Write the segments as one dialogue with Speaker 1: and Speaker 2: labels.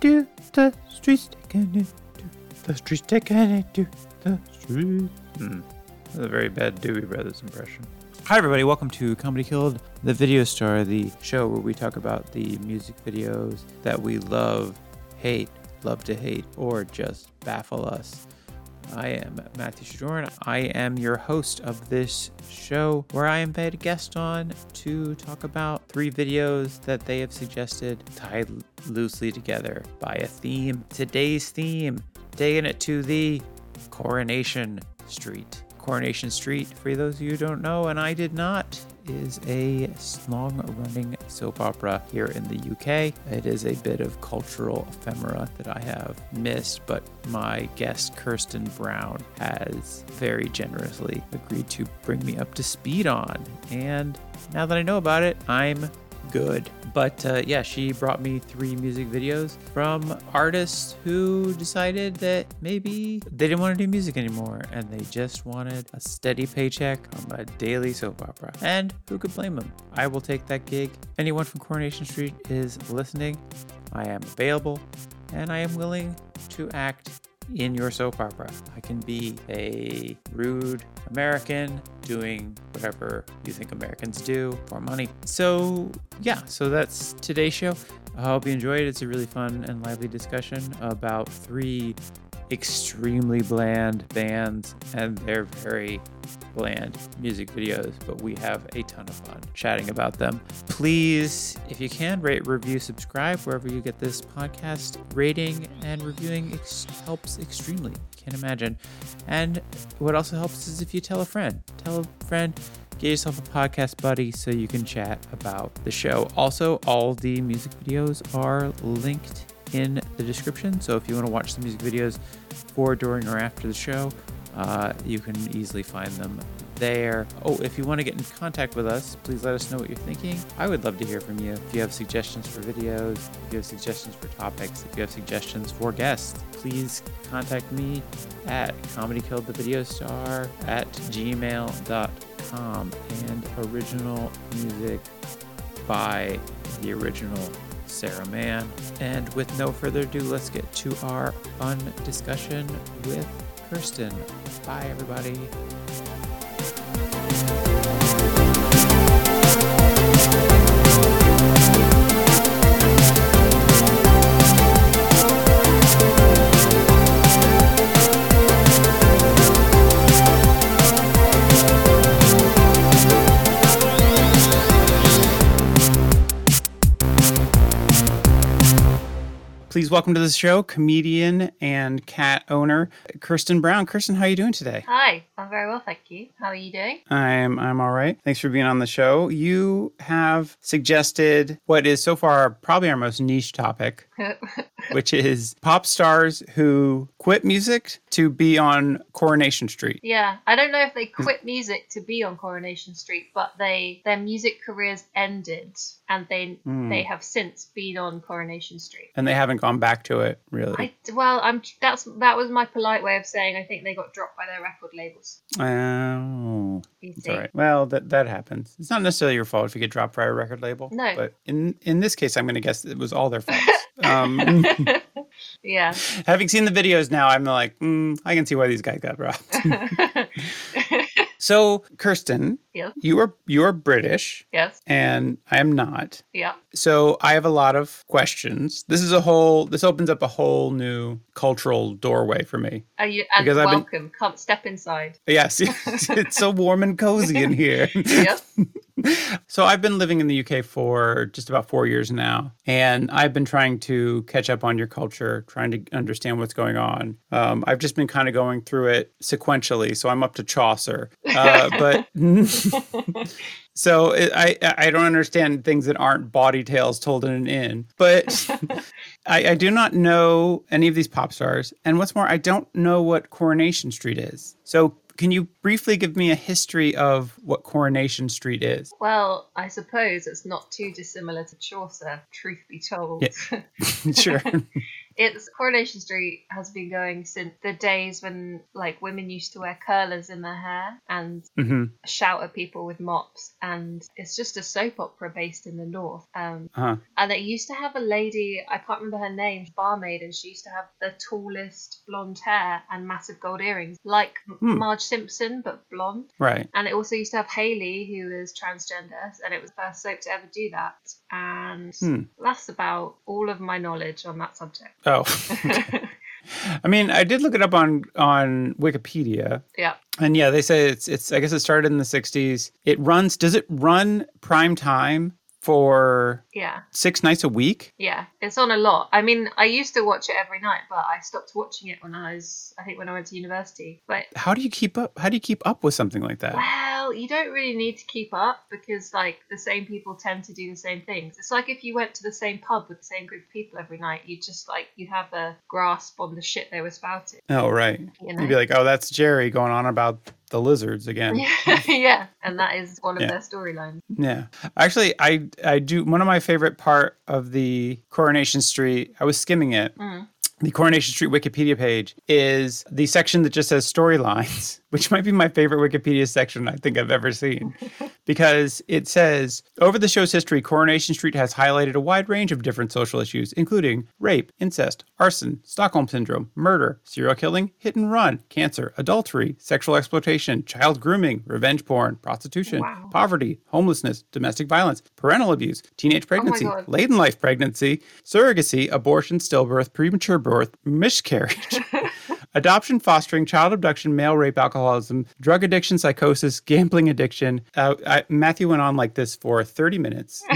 Speaker 1: the streets taken into the streets taken into the street. Hmm. That's a very bad Dewey Brothers impression. Hi, everybody. Welcome to Comedy Killed, the video star, the show where we talk about the music videos that we love, hate, love to hate, or just baffle us. I am Matthew Shadoran. I am your host of this show where I invite a guest on to talk about three videos that they have suggested tied loosely together by a theme. Today's theme, taking it to the Coronation Street. Coronation Street, for those of you who don't know, and I did not, is a long running soap opera here in the UK. It is a bit of cultural ephemera that I have missed, but my guest, Kirsten Brown, has very generously agreed to bring me up to speed on. And now that I know about it, I'm good. But uh, yeah, she brought me three music videos from artists who decided that maybe they didn't want to do music anymore and they just wanted a steady paycheck from a daily soap opera. And who could blame them? I will take that gig. Anyone from Coronation Street is listening. I am available and I am willing to act in your soap opera. I can be a rude American doing whatever you think Americans do for money. So, yeah, so that's today's show. I hope you enjoyed it. It's a really fun and lively discussion about three extremely bland bands and their very bland music videos, but we have a ton of fun chatting about them. Please, if you can, rate, review, subscribe wherever you get this podcast. Rating and reviewing ex- helps extremely. Can't imagine. And what also helps is if you tell a friend. Tell a friend get yourself a podcast buddy so you can chat about the show. Also, all the music videos are linked in the description. So if you want to watch the music videos for, during, or after the show, uh, you can easily find them there. Oh, if you want to get in contact with us, please let us know what you're thinking. I would love to hear from you. If you have suggestions for videos, if you have suggestions for topics, if you have suggestions for guests, please contact me at comedykilledthevideostar at gmail.com and original music by the original Sarah Mann. And with no further ado, let's get to our fun discussion with Kirsten. Bye, everybody. Please welcome to the show comedian and cat owner Kirsten Brown. Kirsten, how are you doing today?
Speaker 2: Hi, I'm very well, thank you. How are you doing?
Speaker 1: I'm I'm all right. Thanks for being on the show. You have suggested what is so far probably our most niche topic, which is pop stars who quit music to be on Coronation Street.
Speaker 2: yeah, I don't know if they quit music to be on Coronation Street, but they their music careers ended, and they
Speaker 1: Hmm.
Speaker 2: they have since been on Coronation Street.
Speaker 1: And they haven't gone back to it, really.
Speaker 2: I well, I'm that's that was my polite way of saying I think they got dropped by their record labels.
Speaker 1: oh,
Speaker 2: You
Speaker 1: it's
Speaker 2: see?
Speaker 1: all right. Well, that that happens. It's not necessarily your fault if you get dropped by a record label.
Speaker 2: No.
Speaker 1: But in in this case, I'm going to guess it was all their fault. um,
Speaker 2: Yeah.
Speaker 1: Having seen the videos now, I'm like, mm, I can see why these guys got robbed. so, Kirsten,
Speaker 2: Yes.
Speaker 1: you are you're British,
Speaker 2: yes.
Speaker 1: and I am not.
Speaker 2: Yeah.
Speaker 1: So, I have a lot of questions. This is a whole. This opens up a whole new cultural doorway for me.
Speaker 2: Are you and
Speaker 1: Because I've been-
Speaker 2: welcome? Come step inside.
Speaker 1: Yes, it's so warm and cozy in here.
Speaker 2: Yep.
Speaker 1: So I've been living in the UK for just about four years now, and I've been trying to catch up on your culture, trying to understand what's going on. Um, I've just been kind of going through it sequentially, so I'm up to Chaucer, uh, but. So it, I I don't understand things that aren't body tales told in an inn, but I, I do not know any of these pop stars, and what's more, I don't know what Coronation Street is. So can you briefly give me a history of what Coronation Street is?
Speaker 2: Well, I suppose it's not too dissimilar to Chaucer, truth be told.
Speaker 1: sure.
Speaker 2: It's Coronation Street has been going since the days when like women used to wear curlers in their hair and
Speaker 1: hmm
Speaker 2: shout at people with mops, and it's just a soap opera based in the north. Um,
Speaker 1: Uh-huh.
Speaker 2: and it used to have a lady, I can't remember her name, barmaid, and she used to have the tallest blonde hair and massive gold earrings, like
Speaker 1: Hmm.
Speaker 2: Marge Simpson but blonde.
Speaker 1: Right.
Speaker 2: And it also used to have Haley, who is transgender, and it was the first soap to ever do that. And
Speaker 1: Hmm.
Speaker 2: that's about all of my knowledge on that subject.
Speaker 1: Oh, I mean, I did look it up on on Wikipedia,
Speaker 2: yeah.
Speaker 1: and yeah, they say it's it's. I guess it started in the '60s. It runs. Does it run prime time for
Speaker 2: Yeah.
Speaker 1: six nights a week?
Speaker 2: Yeah, it's on a lot. I mean, I used to watch it every night, but I stopped watching it when I was, I think, when I went to university. But
Speaker 1: How do you keep up? How do you keep up with something like that?
Speaker 2: well, you don't really need to keep up because, like, the same people tend to do the same things. It's like if you went to the same pub with the same group of people every night, you just like you'd have a grasp on the shit they were spouting.
Speaker 1: Oh, right.
Speaker 2: You
Speaker 1: You'd be
Speaker 2: know?
Speaker 1: like, oh, that's Jerry going on about the lizards again.
Speaker 2: yeah, and that is one of
Speaker 1: Yeah.
Speaker 2: their storylines.
Speaker 1: Yeah. Actually, I I do one of my favorite part of the Coronation Street. I was skimming it.
Speaker 2: Mm.
Speaker 1: The Coronation Street Wikipedia page is the section that just says storylines, which might be my favorite Wikipedia section I think I've ever seen. because it says over the show's history, Coronation Street has highlighted a wide range of different social issues, including rape, incest, arson, Stockholm syndrome, murder, serial killing, hit and run, cancer, adultery, sexual exploitation, child grooming, revenge porn, prostitution,
Speaker 2: Wow.
Speaker 1: poverty, homelessness, domestic violence, parental abuse, teenage pregnancy,
Speaker 2: Oh God.
Speaker 1: late in life pregnancy, surrogacy, abortion, stillbirth, premature birth, miscarriage. Adoption, fostering, child abduction, male rape, alcoholism, drug addiction, psychosis, gambling addiction. Uh, I, Matthew went on like this for 30 minutes.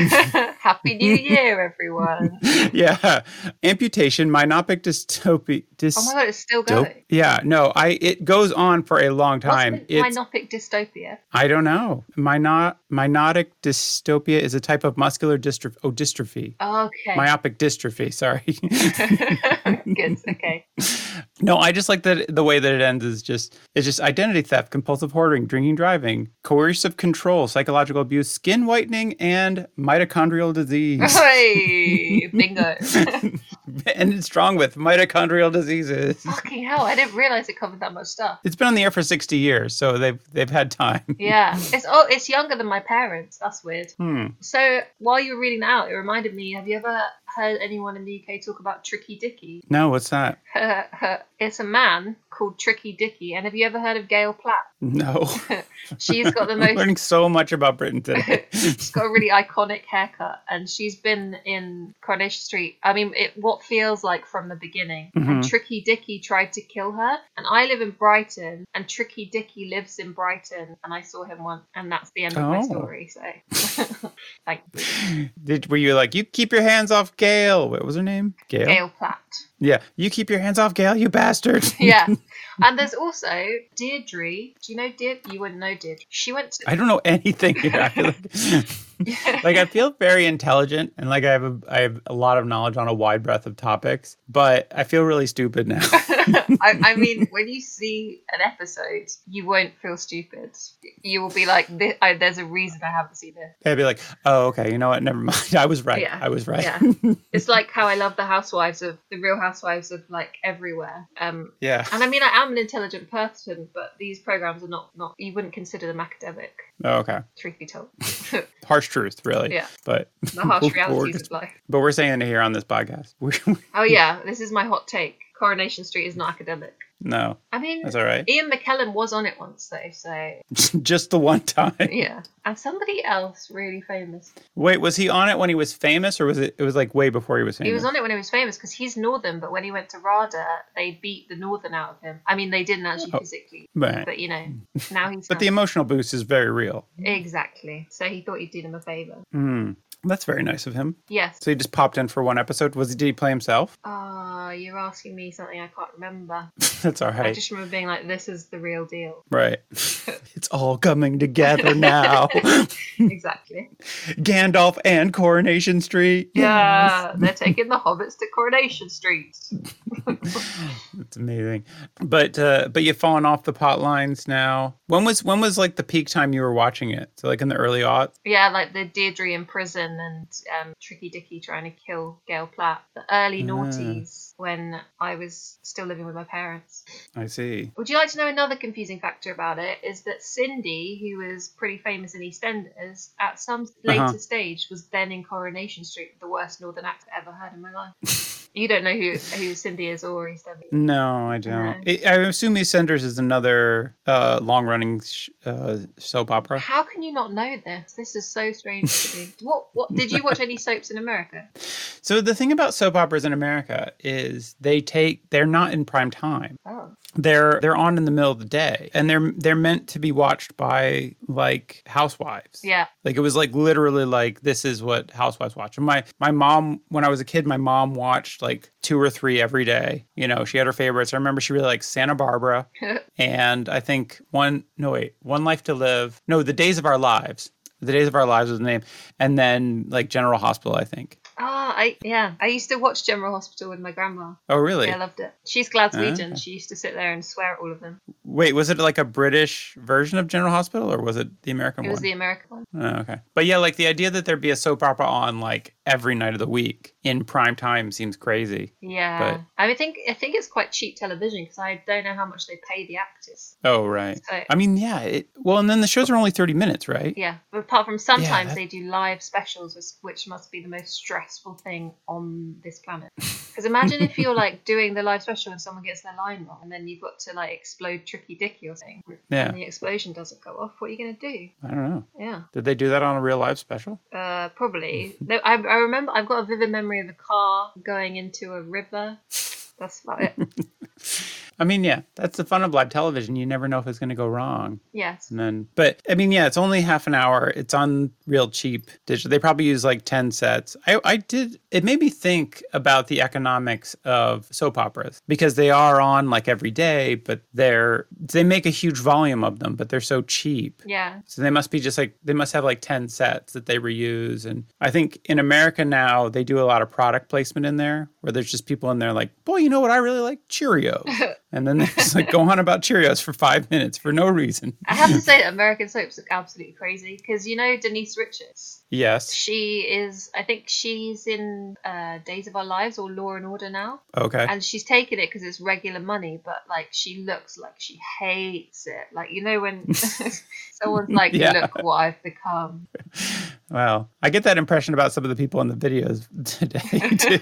Speaker 2: Happy New Year, everyone!
Speaker 1: yeah. Amputation, myopic dystopia. Dys-
Speaker 2: Oh my god, it's still going.
Speaker 1: Yeah, no, I it goes on for a long
Speaker 2: What's
Speaker 1: time.
Speaker 2: with
Speaker 1: It's,
Speaker 2: myopic dystopia?
Speaker 1: I don't know. Myno- myotic dystopia is a type of muscular dystrophy. Oh, dystrophy.
Speaker 2: Okay.
Speaker 1: Myopic dystrophy, sorry.
Speaker 2: Good. Okay.
Speaker 1: No, I just like that the way that it ends is just it's just identity theft, compulsive hoarding, drinking, driving, coercive control, psychological abuse, skin whitening, and mitochondrial disease.
Speaker 2: Hey, bingo.
Speaker 1: and it's strong with mitochondrial diseases.
Speaker 2: Fucking hell, I didn't realize it covered that much stuff.
Speaker 1: It's been on the air for sixty years, so they've they've had time.
Speaker 2: Yeah, it's oh, it's younger than my parents. That's weird.
Speaker 1: Hmm.
Speaker 2: So while you were reading that out, it reminded me. Have you ever heard anyone in the UK talk about Tricky Dicky?
Speaker 1: No, what's that?
Speaker 2: it's a man called Tricky Dicky, and have you ever heard of Gail Platt?
Speaker 1: No.
Speaker 2: She's got the
Speaker 1: I'm
Speaker 2: most.
Speaker 1: learning so much about Britain today.
Speaker 2: she's got a really iconic haircut, and she's been in Coronation Street. I mean, it what feels like from the beginning. And
Speaker 1: Mhm.
Speaker 2: Tricky Dicky tried to kill her, and I live in Brighton, and Tricky Dicky lives in Brighton, and I saw him once, and that's the end of my
Speaker 1: Oh.
Speaker 2: story. So, thank you,
Speaker 1: Did were you like, you keep your hands off Gail? What was her name? Gail.
Speaker 2: Gail Platt.
Speaker 1: Yeah. You keep your hands off Gail, you bastard.
Speaker 2: Yeah, and there's also Deirdre. Do you know Deirdre? You wouldn't know Deirdre. She went to.
Speaker 1: I don't know anything here. I feel like, like I feel very intelligent and like I have a I have a lot of knowledge on a wide breadth of topics, but I feel really stupid now.
Speaker 2: I, I mean, when you see an episode, you won't feel stupid. You will be like, "Th- I, "There's a reason I haven't seen this."
Speaker 1: I'd be like, oh, okay, you know what? Never mind. I was right.
Speaker 2: Yeah.
Speaker 1: I was right.
Speaker 2: Yeah. It's like how I love the housewives of the Real Housewives of like everywhere. Um,
Speaker 1: Yeah.
Speaker 2: and I mean, I am an intelligent person, but these programs are not not. You wouldn't consider them academic,
Speaker 1: Oh, okay.
Speaker 2: truth be told.
Speaker 1: Harsh truth, really.
Speaker 2: Yeah.
Speaker 1: But
Speaker 2: The harsh
Speaker 1: we're- we're
Speaker 2: realities
Speaker 1: just-
Speaker 2: of life.
Speaker 1: but we're saying it here on this podcast. We, we,
Speaker 2: Oh yeah, this is my hot take. Coronation Street is not academic.
Speaker 1: no,
Speaker 2: I mean,
Speaker 1: that's all right.
Speaker 2: Ian McKellen was on it once though, so
Speaker 1: Just the one time.
Speaker 2: yeah. And somebody else really famous.
Speaker 1: Wait, was he on it when he was famous, or was it? It was like way before he was famous.
Speaker 2: He was on it when he was famous because he's northern, but when he went to Rada, they beat the northern out of him. I mean, they didn't actually
Speaker 1: Oh.
Speaker 2: physically,
Speaker 1: Right.
Speaker 2: but you know, now he's
Speaker 1: But the
Speaker 2: not.
Speaker 1: emotional boost is very real.
Speaker 2: exactly. So he thought he'd do them a favor.
Speaker 1: Hmm. That's very nice of him.
Speaker 2: Yes.
Speaker 1: So he just popped in for one episode. Was did he play himself?
Speaker 2: Ah, you're asking me something I can't remember.
Speaker 1: That's all
Speaker 2: I
Speaker 1: right.
Speaker 2: just remember being like, "This is the real deal."
Speaker 1: Right. it's all coming together now.
Speaker 2: exactly.
Speaker 1: Gandalf and Coronation Street.
Speaker 2: Yeah, they're taking the hobbits to Coronation Street.
Speaker 1: It's amazing. But uh but you've fallen off the pot lines now. When was when was like the peak time you were watching it? So like in the early aughts?
Speaker 2: Yeah, like the Deirdre in prison Allen and um, Tricky Dicky trying to kill Gail Platt, the early
Speaker 1: Ah.
Speaker 2: noughties when I was still living with my parents.
Speaker 1: I see.
Speaker 2: Would you like to know another confusing factor about it? Is that Cindy, who was pretty famous in EastEnders, at some later
Speaker 1: Uh-huh.
Speaker 2: stage was then in Coronation Street, the worst Northern accent I ever heard in my life. you don't know who who Cindy is or EastEnders.
Speaker 1: No, I don't.
Speaker 2: No.
Speaker 1: I I assume EastEnders is another uh, long-running sh- uh, soap opera.
Speaker 2: How can you not know this? This is so strange to me. What what did you watch any soaps in America?
Speaker 1: So the thing about soap operas in America is they take they're not in prime time.
Speaker 2: Oh.
Speaker 1: They're they're on in the middle of the day, and they're they're meant to be watched by like housewives.
Speaker 2: Yeah.
Speaker 1: Like it was like literally like this is what housewives watch. And my my mom when I was a kid, my mom watched like two or three every day. You know, she had her favorites. I remember she really liked Santa Barbara and I think one no wait, One Life to Live. No, The Days of Our Lives. The Days of Our Lives was the name. And then like General Hospital, I think.
Speaker 2: Ah, I yeah. I used to watch General Hospital with my grandma.
Speaker 1: Oh really?
Speaker 2: Yeah, I loved it. She's Glaswegian. She used to sit there and swear at all of them.
Speaker 1: Wait, was it like a British version of General Hospital or was it the American
Speaker 2: It was
Speaker 1: one?
Speaker 2: the American one.
Speaker 1: Oh, okay. But yeah, like the idea that there'd be a soap opera on like every night of the week in prime time seems crazy.
Speaker 2: Yeah, I mean, think I think it's quite cheap television because I don't know how much they pay the actors.
Speaker 1: Oh, right.
Speaker 2: So
Speaker 1: I mean, yeah. It, well, and then the shows are only 30 minutes, right?
Speaker 2: yeah, but apart from sometimes
Speaker 1: that-
Speaker 2: they do live specials, which, which must be the most stressful thing on this planet. Because imagine if you're like doing the live special and someone gets their line wrong, and then you've got to like explode Tricky Dicky or something,
Speaker 1: Yeah.
Speaker 2: and the explosion doesn't go off. What are you gonna do?
Speaker 1: I don't know.
Speaker 2: Yeah.
Speaker 1: Did they do that on a real live special?
Speaker 2: Uh, probably. No, I, I remember. I've got a vivid memory of a car going into a river. That's about it.
Speaker 1: I mean, yeah, that's the fun of live television. You never know if it's going to go wrong.
Speaker 2: Yes.
Speaker 1: And then, but I mean, yeah, it's only half an hour. It's on real cheap digital. They probably use like 10 sets. I, I did, it made me think about the economics of soap operas because they are on like every day, but they're, they make a huge volume of them, but they're so cheap.
Speaker 2: Yeah.
Speaker 1: So they must be just like they must have like 10 sets that they reuse and I think in America now they do a lot of product placement in there where there's just people in there like, "Boy, you know what I really like? Cheerios." and then they just like go on about Cheerios for 5 minutes for no reason.
Speaker 2: I have to say that American soaps look absolutely crazy because you know Denise Richards.
Speaker 1: Yes.
Speaker 2: She is, I think she's in uh, Days of Our Lives or Law and Order now,
Speaker 1: Okay.
Speaker 2: and she's taken it because it's regular money. But like, she looks like she hates it. Like you know when someone's like,
Speaker 1: Yeah.
Speaker 2: "Look what I've become."
Speaker 1: Wow. I get that impression about some of the people in the videos today too.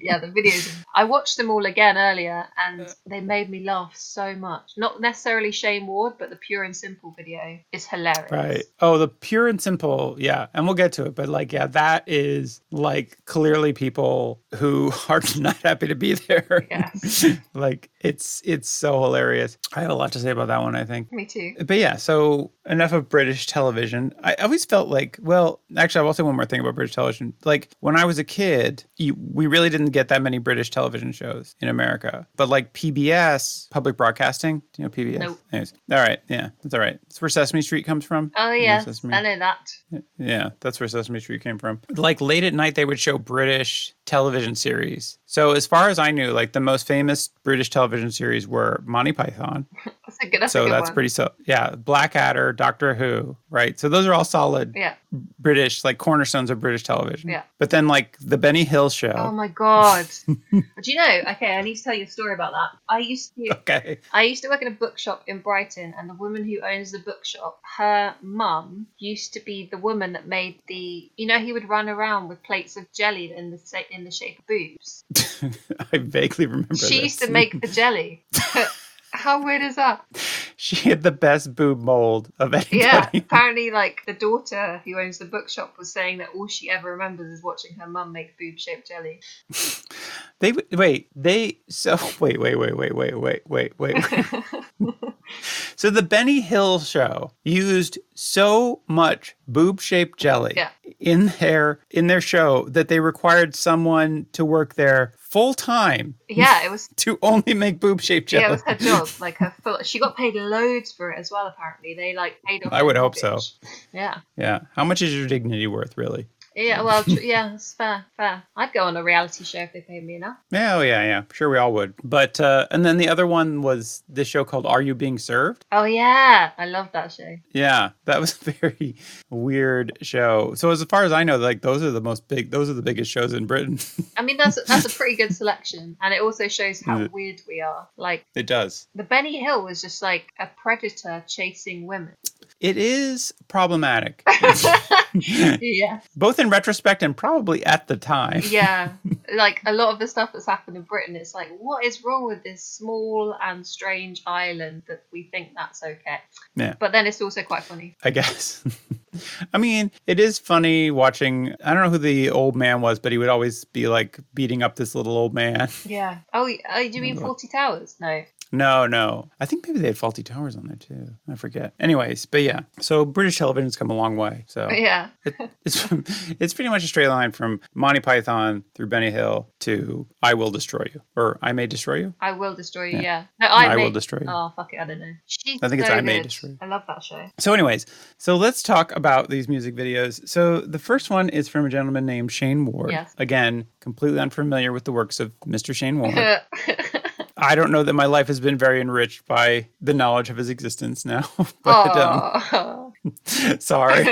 Speaker 2: yeah, the videos. I watched them all again earlier, and they made me laugh so much. Not necessarily Shane Ward, but the Pure and Simple video is hilarious.
Speaker 1: Right. Oh, the pure and simple. Yeah. And we'll get to it. But like, yeah, that is like clearly people who are not happy to be there.
Speaker 2: Yes.
Speaker 1: like it's it's so hilarious. I have a lot to say about that one, I think.
Speaker 2: Me too.
Speaker 1: But yeah, so enough of British television. I always felt like, well, actually, I will say one more thing about British television. Like when I was a kid, you, we really didn't get that many British television shows in America. But like PBS, public broadcasting, do you know PBS?
Speaker 2: Nope.
Speaker 1: Anyways, all right, yeah, that's all right. It's where Sesame Street comes from.
Speaker 2: Oh
Speaker 1: You know
Speaker 2: yeah,
Speaker 1: Sesame-
Speaker 2: I know that.
Speaker 1: yeah, that's where Sesame Street came from. Like late at night, they would show British television series. So as far as I knew, like the most famous British television series were Monty Python.
Speaker 2: That's a good. That's a
Speaker 1: so
Speaker 2: good
Speaker 1: that's
Speaker 2: one.
Speaker 1: pretty so yeah, Blackadder, Doctor Who, right? So those are all solid
Speaker 2: Yeah.
Speaker 1: British, like cornerstones of British television.
Speaker 2: Yeah.
Speaker 1: But then like the Benny Hill show.
Speaker 2: Oh my god. Do you know? Okay, I need to tell you a story about that. I used to.
Speaker 1: okay.
Speaker 2: I used to work in a bookshop in Brighton, and the woman who owns the bookshop, her mum used to be the woman that made the. You know, he would run around with plates of jelly in the sa- in the shape of boobs.
Speaker 1: I vaguely remember
Speaker 2: She used
Speaker 1: this.
Speaker 2: to make the jelly. How weird is that?
Speaker 1: she had the best boob mold of anybody.
Speaker 2: Yeah. Apparently, like the daughter who owns the bookshop was saying that all she ever remembers is watching her mum make boob-shaped jelly.
Speaker 1: They wait. They so wait, wait, wait, wait, wait, wait, wait, wait. wait. so the Benny Hill show used so much boob-shaped jelly
Speaker 2: Yeah.
Speaker 1: in their in their show that they required someone to work there full time
Speaker 2: Yeah, it was
Speaker 1: to only make boob-shaped jelly.
Speaker 2: Yeah, it was her job. Like her full. She got paid loads for it as well. Apparently, they like paid off.
Speaker 1: I
Speaker 2: her
Speaker 1: would hope so.
Speaker 2: mortgage. Yeah.
Speaker 1: Yeah. How much is your dignity worth, really?
Speaker 2: Yeah, well, tr- yeah, it's fair, fair. I'd go on a reality show if they paid me enough.
Speaker 1: Yeah, oh yeah, yeah. Sure, we all would. But uh, and then the other one was this show called "Are You Being Served."
Speaker 2: Oh yeah, I love that show.
Speaker 1: Yeah, that was a very weird show. So as far as I know, like those are the most big, those are the biggest shows in Britain.
Speaker 2: I mean, that's that's a pretty good selection, and it also shows how weird we are. Like
Speaker 1: it does.
Speaker 2: the Benny Hill was just like a predator chasing women.
Speaker 1: It is problematic,
Speaker 2: yeah,
Speaker 1: both in retrospect and probably at the time.
Speaker 2: yeah. Like a lot of the stuff that's happened in Britain, it's like, what is wrong with this small and strange island that we think that's okay?
Speaker 1: Yeah.
Speaker 2: But then it's also quite funny.
Speaker 1: I guess. I mean, it is funny watching. I don't know who the old man was, but he would always be like beating up this little old man.
Speaker 2: Yeah. Oh, y- oh, do you mean Forty Towers? No.
Speaker 1: No, no. I think maybe they had faulty towers on there too. I forget. Anyways, but yeah. So British television's come a long way. So
Speaker 2: Oh, Yeah.
Speaker 1: Oh. it, it's it's pretty much a straight line from Monty Python through Benny Hill to I will destroy you or I may destroy you.
Speaker 2: I will destroy you. Yeah.
Speaker 1: Yeah.
Speaker 2: No, I,
Speaker 1: I Will
Speaker 2: May-
Speaker 1: Destroy You.
Speaker 2: Oh fuck it, I don't know. She's
Speaker 1: I think it's
Speaker 2: so
Speaker 1: I May
Speaker 2: good.
Speaker 1: Destroy You.
Speaker 2: I love that show.
Speaker 1: So, anyways, so let's talk about these music videos. So the first one is from a gentleman named Shane Ward.
Speaker 2: Yes.
Speaker 1: Again, completely unfamiliar with the works of Mr. Shane Ward.
Speaker 2: oh,
Speaker 1: I don't know that my life has been very enriched by the knowledge of his existence now. but um, sorry.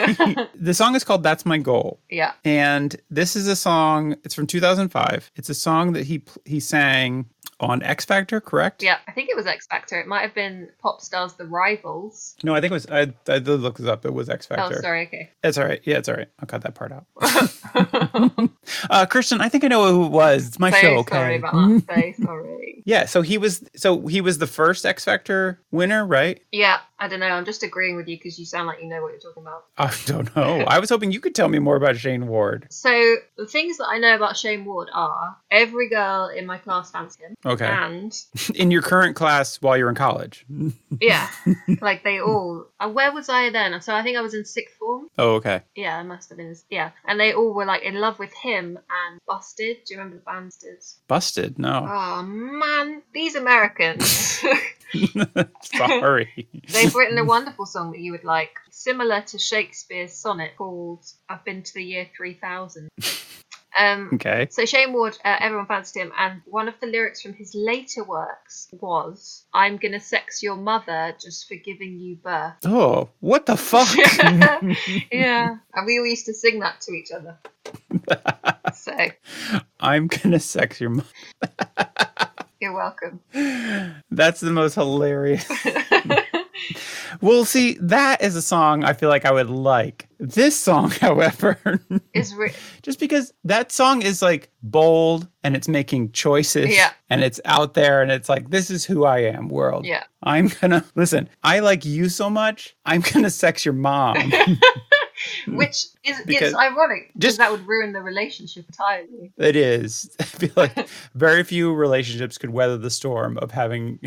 Speaker 1: the song is called That's My Goal.
Speaker 2: yeah.
Speaker 1: And this is a song, it's from 2005. It's a song that he pl- he sang on X Factor, correct?
Speaker 2: Yeah, I think it was X Factor. It might have been Pop Stars The Rivals.
Speaker 1: No, I think it was, I, I did look this up. It was X Factor.
Speaker 2: Oh, sorry, okay.
Speaker 1: It's all right. Yeah, it's all right. I'll cut that part out. uh, Kirsten, I think I know who it was. It's my
Speaker 2: so
Speaker 1: show. Okay.
Speaker 2: sorry uh-huh. about that. So sorry.
Speaker 1: Yeah, so he was so he was the first X Factor winner, right?
Speaker 2: Yeah, I don't know. I'm just agreeing with you because you sound like you know what you're talking about.
Speaker 1: I don't know. I was hoping you could tell me more about Shane Ward.
Speaker 2: So the things that I know about Shane Ward are every girl in my class fancied him,
Speaker 1: Okay.
Speaker 2: and
Speaker 1: In your current class while you're in college.
Speaker 2: yeah, like they all. Uh, where was I then? So I think I was in sixth form.
Speaker 1: Oh, okay.
Speaker 2: Yeah, I must have been. Yeah, and they all were like in love with him and Busted. Do you remember the Busters?
Speaker 1: Busted. No.
Speaker 2: Oh man, these Americans. Ah.
Speaker 1: Sorry.
Speaker 2: They've written a wonderful song that you would like, similar to Shakespeare's sonnet called "I've Been to the Year 3000." Um,
Speaker 1: Okay.
Speaker 2: so Shane Ward, uh, everyone fancied him, and one of the lyrics from his later works was, "I'm gonna sex your mother just for giving you birth."
Speaker 1: Oh, what the fuck?
Speaker 2: yeah, and we all used to sing that to each other. so
Speaker 1: I'm gonna sex your mom.
Speaker 2: you're welcome.
Speaker 1: That's the most hilarious. well, see, that is a song I feel like I would like. This song, however,
Speaker 2: Is re-
Speaker 1: just because that song is like bold and it's making choices
Speaker 2: Yeah.
Speaker 1: and it's out there and it's like, this is who I am, world.
Speaker 2: Yeah.
Speaker 1: I'm gonna listen, I like you so much, I'm gonna sex your mom.
Speaker 2: which is it's
Speaker 1: Hmm. Because-
Speaker 2: ironic because
Speaker 1: just-
Speaker 2: that would ruin the relationship entirely.
Speaker 1: It is. I feel like very few relationships could weather the storm of having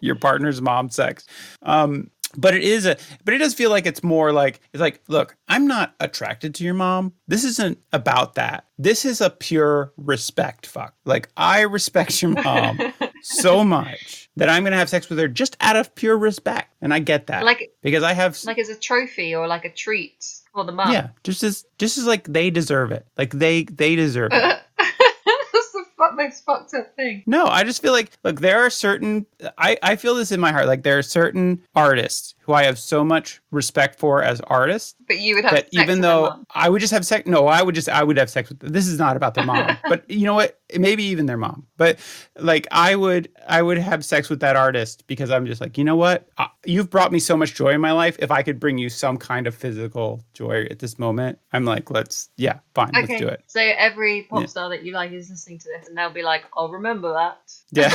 Speaker 1: your partner's mom sex. Um, but it is a but it does feel like it's more like it's like, look, I'm not attracted to your mom. This isn't about that. This is a pure respect fuck. Like I respect your mom so much that I'm gonna have sex with her just out of pure respect. And I get that.
Speaker 2: Like-
Speaker 1: because I have
Speaker 2: like as a trophy or like a treat for the mum.
Speaker 1: yeah, just as just as like they deserve it. Like they they deserve it.
Speaker 2: That's the fu- most fucked up thing.
Speaker 1: No, I just feel like look, there are certain I, I feel this in my heart. Like there are certain artists who I have so much respect for as artists
Speaker 2: But you would have
Speaker 1: that
Speaker 2: sex with
Speaker 1: even
Speaker 2: a
Speaker 1: though
Speaker 2: mum.
Speaker 1: I would just have sex no, I would just I would have sex with this is not about their mom. but you know what? Maybe even their mom. But like I would I would have sex with that artist because I'm just like, you know what? I, you've brought me so much joy in my life. If I could bring you some kind of physical joy at this moment, I'm like, let's yeah, fine,
Speaker 2: Okay,
Speaker 1: let's do it.
Speaker 2: so every pop
Speaker 1: Yeah.
Speaker 2: star that you like is listening to this, and they'll be like, "I'll remember that
Speaker 1: Yeah.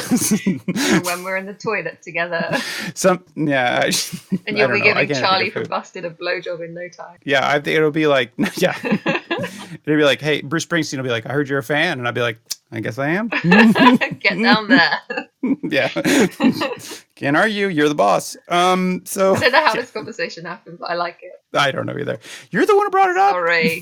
Speaker 2: when we're in the toilet together,"
Speaker 1: Some yeah, I,
Speaker 2: and
Speaker 1: I don't
Speaker 2: you'll be
Speaker 1: know. I
Speaker 2: giving
Speaker 1: can't think
Speaker 2: Charlie
Speaker 1: of
Speaker 2: from
Speaker 1: who.
Speaker 2: Busted a blowjob in no time.
Speaker 1: Yeah, I think it'll be like yeah, it'll be like hey, Bruce Springsteen will be like, I heard you're a fan, and I'll be like, I guess I am.
Speaker 2: Get down there.
Speaker 1: yeah.
Speaker 2: I
Speaker 1: Can't argue. You're the boss. Um, so
Speaker 2: don't know how this conversation happened, but I like it.
Speaker 1: I don't know either. You're the one who brought it up.
Speaker 2: Sorry,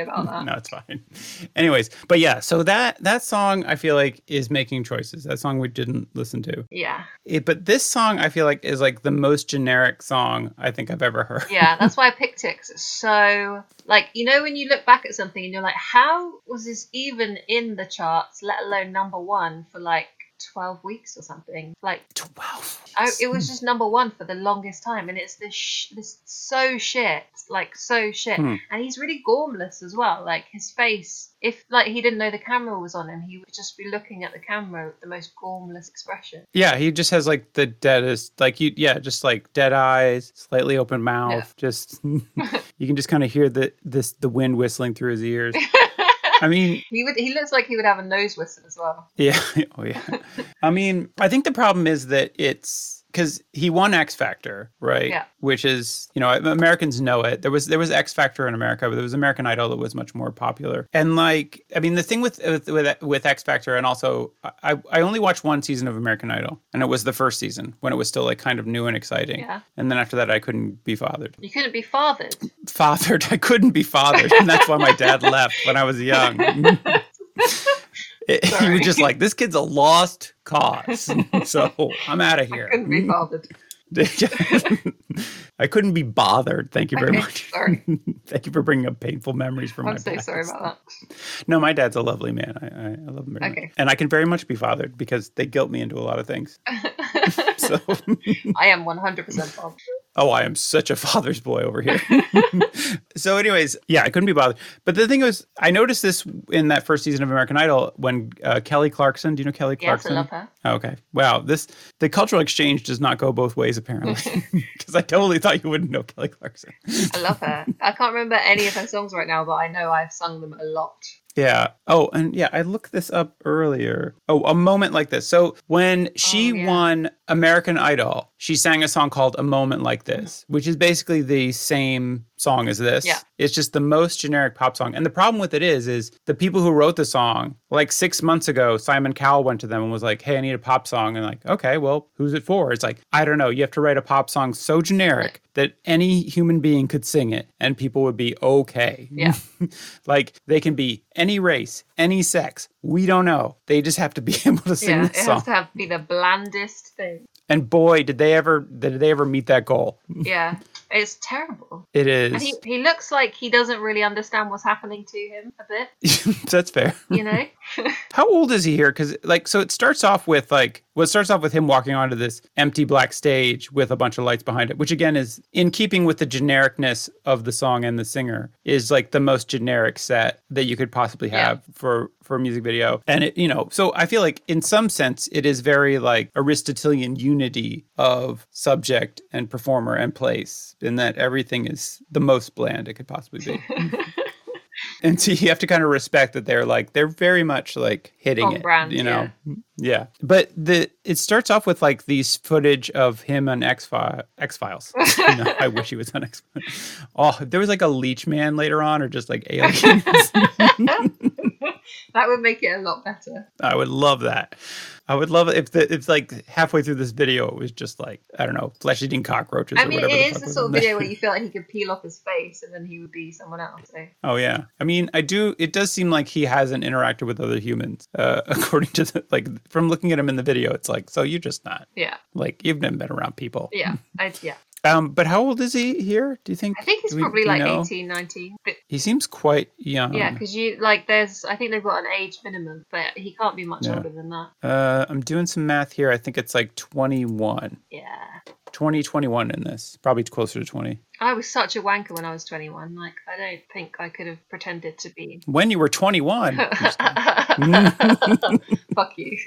Speaker 2: about that.
Speaker 1: No, it's fine. Anyways, but yeah, so that that song I feel like is making choices. That song we didn't listen to.
Speaker 2: Yeah,
Speaker 1: It, but this song I feel like is like the most generic song I think I've ever heard.
Speaker 2: yeah, that's why I picked it. 'cause it's so like you know when you look back at something and you're like, how was this even in the charts, let alone number one for like twelve weeks or something? Like
Speaker 1: 12.
Speaker 2: I, it was
Speaker 1: Hmm.
Speaker 2: just number one for the longest time, and it's this sh- this so shit, like so shit,
Speaker 1: Hmm.
Speaker 2: and he's really gormless as well. Like his face, if like he didn't know the camera was on him, he would just be looking at the camera with the most gormless expression.
Speaker 1: Yeah, he just has like the deadest, like you, yeah, just like dead eyes, slightly open mouth.
Speaker 2: Yeah.
Speaker 1: Just you can just kind of hear the this the wind whistling through his ears. I mean,
Speaker 2: He would he looks like he would have a nose whistle as well.
Speaker 1: yeah, oh yeah. I mean, I think the problem is that it's because he won X Factor, right?
Speaker 2: Yeah.
Speaker 1: Which is, you know, Americans know it. There was there was X Factor in America, but there was American Idol that was much more popular. And like, I mean, the thing with with with, with X Factor, and also, I I only watched one season of American Idol, and it was the first season when it was still like kind of new and exciting.
Speaker 2: Yeah.
Speaker 1: And then after that, I couldn't be fathered.
Speaker 2: You couldn't be fathered.
Speaker 1: Fathered, I couldn't be fathered, and that's why my dad left when I was young. It- he
Speaker 2: Sorry.
Speaker 1: was just like, this kid's a lost cause. so I'm out of here.
Speaker 2: Couldn't be fathered.
Speaker 1: I couldn't be bothered. Thank you very
Speaker 2: Okay,
Speaker 1: much.
Speaker 2: sorry.
Speaker 1: Thank you for bringing up painful memories from my
Speaker 2: I'm so
Speaker 1: past.
Speaker 2: sorry about that.
Speaker 1: No, my dad's a lovely man. I, I, I love him very
Speaker 2: Okay.
Speaker 1: much. And I can very much be fathered because they guilt me into a lot of things. so,
Speaker 2: I am 100 percent fathered.
Speaker 1: oh, I am such a father's boy over here. so, anyways, yeah, I couldn't be bothered. But the thing was, I noticed this in that first season of American Idol when uh, Kelly Clarkson, do you know Kelly
Speaker 2: Yes, I
Speaker 1: Clarkson?
Speaker 2: love her.
Speaker 1: Okay. Wow. This the cultural exchange does not go both ways apparently, because I totally thought you wouldn't know Kelly Clarkson.
Speaker 2: I love her. I can't remember any of her songs right now, but I know I've sung them a lot.
Speaker 1: Yeah. Oh, and yeah, I looked this up earlier. Oh, a moment like this. So when she
Speaker 2: Oh, yeah.
Speaker 1: won American Idol, she sang a song called "A Moment Like This," which is basically the same song as this.
Speaker 2: Yeah.
Speaker 1: It's just the most generic pop song. And the problem with it is, is the people who wrote the song, like six months ago, Simon Cowell went to them and was like, "Hey, I need a pop song," and like, "Okay, well, who's it for?" It's like, I don't know. You have to write a pop song so generic that any human being could sing it and people would be okay.
Speaker 2: Yeah.
Speaker 1: Like they can be any race, any sex. We don't know. They just have to be able to sing
Speaker 2: yeah, it
Speaker 1: this song.
Speaker 2: has to have be the blandest thing.
Speaker 1: and boy, did they ever did they ever meet that goal?
Speaker 2: Yeah, it's terrible.
Speaker 1: It
Speaker 2: And he,
Speaker 1: is.
Speaker 2: he looks like he doesn't really understand what's happening to him a bit,
Speaker 1: That's fair.
Speaker 2: you know?
Speaker 1: How old is he here? Because like, so it starts off with like, well, it starts off with him walking onto this empty black stage with a bunch of lights behind it, which again is in keeping with the genericness of the song and the singer. Is like the most generic set that you could possibly
Speaker 2: Yeah.
Speaker 1: have for for a music video, and it you know, so I feel like in some sense it is very like Aristotelian unity of subject and performer and place, in that everything is the most bland it could possibly be. And so you have to kind of respect that they're like they're very much like hitting
Speaker 2: On
Speaker 1: it,
Speaker 2: brand,
Speaker 1: you know. Yeah. But the it starts off with like these footage of him on X Files. X Files. I wish he was on X. Files. Oh, there was like a leech man later on, or just like aliens.
Speaker 2: That would make it a lot better.
Speaker 1: I would love that. I would love it if the, if like halfway through this video it was just like I don't know flesh eating cockroaches.
Speaker 2: I
Speaker 1: or
Speaker 2: mean,
Speaker 1: whatever
Speaker 2: it
Speaker 1: the
Speaker 2: is
Speaker 1: fuck
Speaker 2: the
Speaker 1: was
Speaker 2: sort
Speaker 1: in
Speaker 2: of
Speaker 1: there.
Speaker 2: video where you feel like he could peel off his face and then he would be someone else. So.
Speaker 1: Oh yeah. I mean, I do. It does seem like he hasn't interacted with other humans, uh, according to the, like from looking at him in the video. It's like, so you're just not
Speaker 2: Yeah,
Speaker 1: like you've never been around people.
Speaker 2: yeah, I, yeah.
Speaker 1: Um, but how old is he here? Do you think?
Speaker 2: I think he's
Speaker 1: do we- do
Speaker 2: probably
Speaker 1: you
Speaker 2: like
Speaker 1: know?
Speaker 2: eighteen, nineteen. 18, 19. But
Speaker 1: He seems quite young.
Speaker 2: yeah, because you, like, there's, I think they've got an age minimum, but he can't be much
Speaker 1: Yeah.
Speaker 2: older than that.
Speaker 1: Uh, I'm doing some math here. I think it's like 21,
Speaker 2: Yeah.
Speaker 1: 20, 21 in this. Probably closer to 20.
Speaker 2: I was such a wanker when I was 21. Like, I don't think I could have pretended to be.
Speaker 1: When you were 21.
Speaker 2: Fuck you.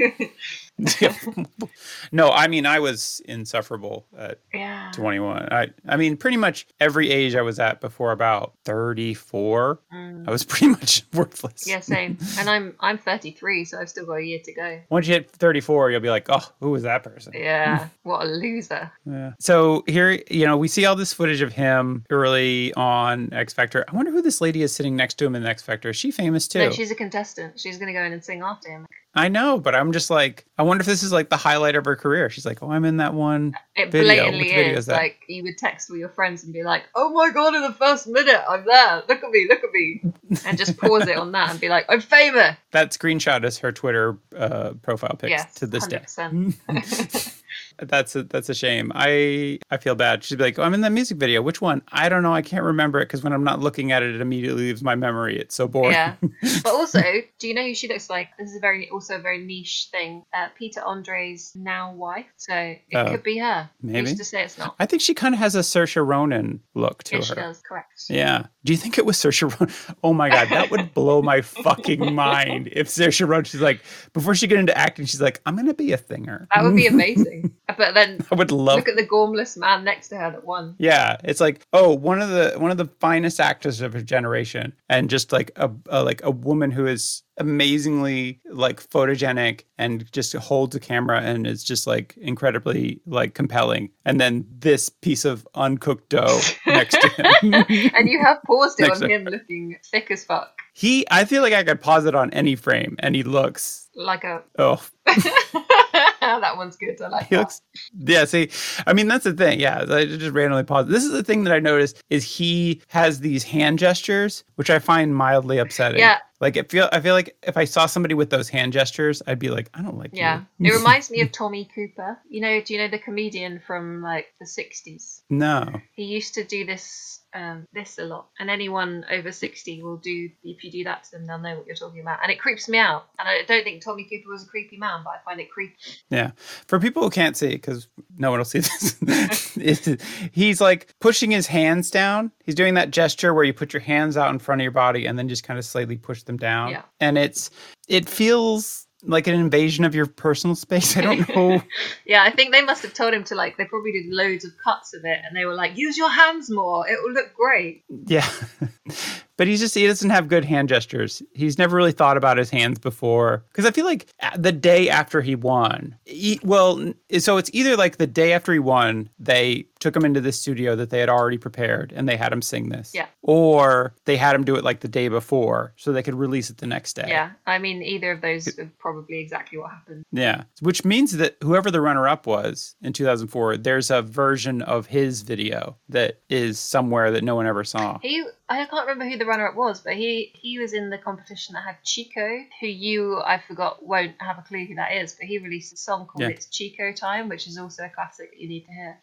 Speaker 1: no, I mean I was insufferable uh, at
Speaker 2: yeah.
Speaker 1: 21. I I mean pretty much every age I was at before about 34,
Speaker 2: Mm.
Speaker 1: I was pretty much worthless.
Speaker 2: Yeah, same. And I'm I'm 33, so I've still got a year to go.
Speaker 1: Once you hit 34, you'll be like, "Oh, who was that person?" Hmm.
Speaker 2: Yeah. What a loser.
Speaker 1: Yeah. So here, you know, we see all this footage of him early on X Factor. I wonder who this lady is sitting next to him in X Factor. Is she famous too?
Speaker 2: No, she's a contestant. She's gonna go in and sing after him.
Speaker 1: I know, but I'm just like, I wonder if this is like the highlight of her career. She's like, oh, I'm in that one.
Speaker 2: It
Speaker 1: Video.
Speaker 2: blatantly
Speaker 1: Which video
Speaker 2: is.
Speaker 1: is that?
Speaker 2: Like you would text all your friends and be like, "Oh my god! In the first minute, I'm there. Look at me, look at me," and just pause it on that and be like, "I'm famous."
Speaker 1: That screenshot is her Twitter uh, profile pics
Speaker 2: Yes,
Speaker 1: to this
Speaker 2: 100%.
Speaker 1: day. that's a, that's a shame. I I feel bad. She'd be like, oh, I'm in that music video. Which one? I don't know. I can't remember it because when I'm not looking at it, it immediately leaves my memory. It's so boring.
Speaker 2: Yeah, but also, do you know who she looks like? This is a very also a very niche thing. Uh, Peter Andre's now wife, so it
Speaker 1: Oh,
Speaker 2: could be her.
Speaker 1: maybe.
Speaker 2: Who's to say it's not?
Speaker 1: I think she kind of has a Saoirse Ronan look to
Speaker 2: Yeah,
Speaker 1: her.
Speaker 2: she does. Correct.
Speaker 1: Yeah. Do you think it was Saoirse Ronan? Oh my God, that would blow my fucking mind if Saoirse Ronan, she's like, before she get into acting, she's like, I'm going to be a thinger.
Speaker 2: That would be amazing. but then
Speaker 1: I would love
Speaker 2: look at the gormless man next to her that won.
Speaker 1: Yeah, it's like oh, one of the one of the finest actors of her generation, and just like a, a like a woman who is amazingly like photogenic and just holds a camera and is just like incredibly like compelling, and then this piece of uncooked dough next to him.
Speaker 2: and you have paused it
Speaker 1: Next
Speaker 2: on
Speaker 1: to
Speaker 2: him looking thick as fuck,
Speaker 1: he, I feel like I could pause it on any frame, and he looks
Speaker 2: like a.
Speaker 1: oh
Speaker 2: that one's good. I like
Speaker 1: He
Speaker 2: that.
Speaker 1: looks, yeah. See, I mean, that's the thing. Yeah, I just randomly paused. This is the thing that I noticed is he has these hand gestures, which I find mildly upsetting.
Speaker 2: Yeah.
Speaker 1: like it feel. I feel like if I saw somebody with those hand gestures, I'd be like, I don't like
Speaker 2: Yeah,
Speaker 1: you.
Speaker 2: it reminds me of Tommy Cooper. You know, do you know the comedian from like the '60s?
Speaker 1: no.
Speaker 2: He used to do this um, this a lot, and anyone over sixty will do. If you do that to them, they'll know what you're talking about, and it creeps me out. And I don't think Tommy Cooper was a creepy man, but I find it creepy.
Speaker 1: Yeah. For people who can't see, because no one will see this, is- he's like pushing his hands down. He's doing that gesture where you put your hands out in front of your body and then just kind of slightly push them down.
Speaker 2: Yeah.
Speaker 1: And it's, it feels like an invasion of your personal space. I don't know.
Speaker 2: Yeah, I think they must have told him to like. They probably did loads of cuts of it, and they were like, "Use your hands more. It will look great."
Speaker 1: yeah. but he's just, he doesn't have good hand gestures. He's never really thought about his hands before. Cause I feel like a- the day after he won, he, well, n- so it's either like the day after he won, they took him into this studio that they had already prepared and they had him sing this.
Speaker 2: Yeah.
Speaker 1: Or they had him do it like the day before so they could release it the next day.
Speaker 2: Yeah, I mean, either of those are probably exactly what happened.
Speaker 1: Yeah. Which means that whoever the runner up was in 2004, there's a version of his video that is somewhere that no one ever saw.
Speaker 2: He, I can't remember who the runner-up was, but he he was in the competition that had Chico, who you I forgot won't have a clue who that is, but he released a song called
Speaker 1: Yeah.
Speaker 2: "It's Chico Time," which is also a classic that you need to hear.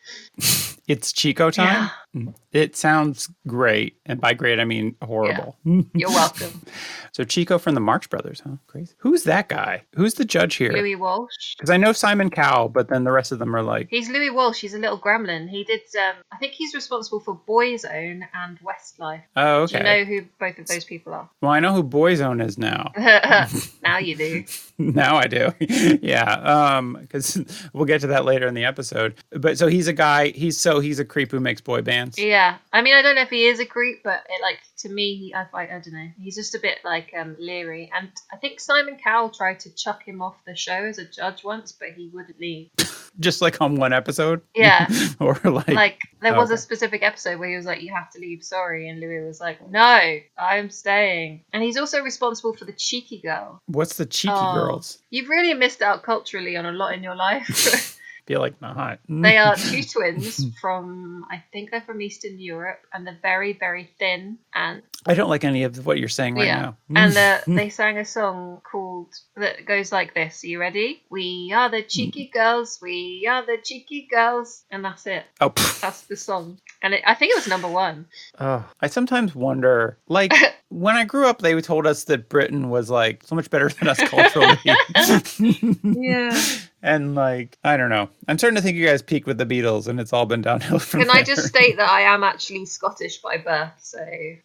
Speaker 1: It's Chico time. Mm. It sounds great. And by great, I mean horrible.
Speaker 2: You're welcome,
Speaker 1: so Chico from the Marx Brothers, huh? Crazy. Who's that guy? Who's the judge here?
Speaker 2: Louis Walsh.
Speaker 1: Because I know Simon Cowell, but then the rest of them are like,
Speaker 2: He's Louis Walsh. He's a little gremlin. He did. Um, I think he's responsible for Boyzone and Westlife.
Speaker 1: oh,
Speaker 2: Do
Speaker 1: okay.
Speaker 2: you know who both of those people are?
Speaker 1: well, I know who Boyzone is now.
Speaker 2: now you do.
Speaker 1: now I do. yeah. Um, because we'll get to that later in the episode. But so he's a guy, he's so he's a creep who makes boy bands.
Speaker 2: Yeah, I mean, I don't know if he is a creep, but it, like to me, he, I, I, I don't know. He's just a bit like um, leery, and I think Simon Cowell tried to chuck him off the show as a judge once, but he wouldn't leave.
Speaker 1: Just like on one episode.
Speaker 2: Yeah.
Speaker 1: or like,
Speaker 2: Like there was a
Speaker 1: Okay.
Speaker 2: specific episode where he was like, "You have to leave, sorry," and Louis was like, "No, I'm staying." And he's also responsible for the cheeky girl.
Speaker 1: what's the cheeky
Speaker 2: Oh.
Speaker 1: girls?
Speaker 2: You've really missed out culturally on a lot in your life.
Speaker 1: Feel like not.
Speaker 2: They are two twins from, I think they're from Eastern Europe, and they're very, very thin. And
Speaker 1: I don't like any of what you're saying right
Speaker 2: yeah,
Speaker 1: now. Mm.
Speaker 2: and uh, they sang a song called that goes like this. Are you ready? We are the cheeky girls. We are the cheeky girls, and that's it.
Speaker 1: Oh, pff.
Speaker 2: That's the song, and it, I think it was number one.
Speaker 1: Ugh. I sometimes wonder, like, when I grew up, they told us that Britain was like so much better than us culturally.
Speaker 2: Yeah.
Speaker 1: and like, I don't know. I'm starting to think you guys peaked with the Beatles and it's all been downhill from
Speaker 2: Can
Speaker 1: there.
Speaker 2: I just state that I am actually Scottish by birth, so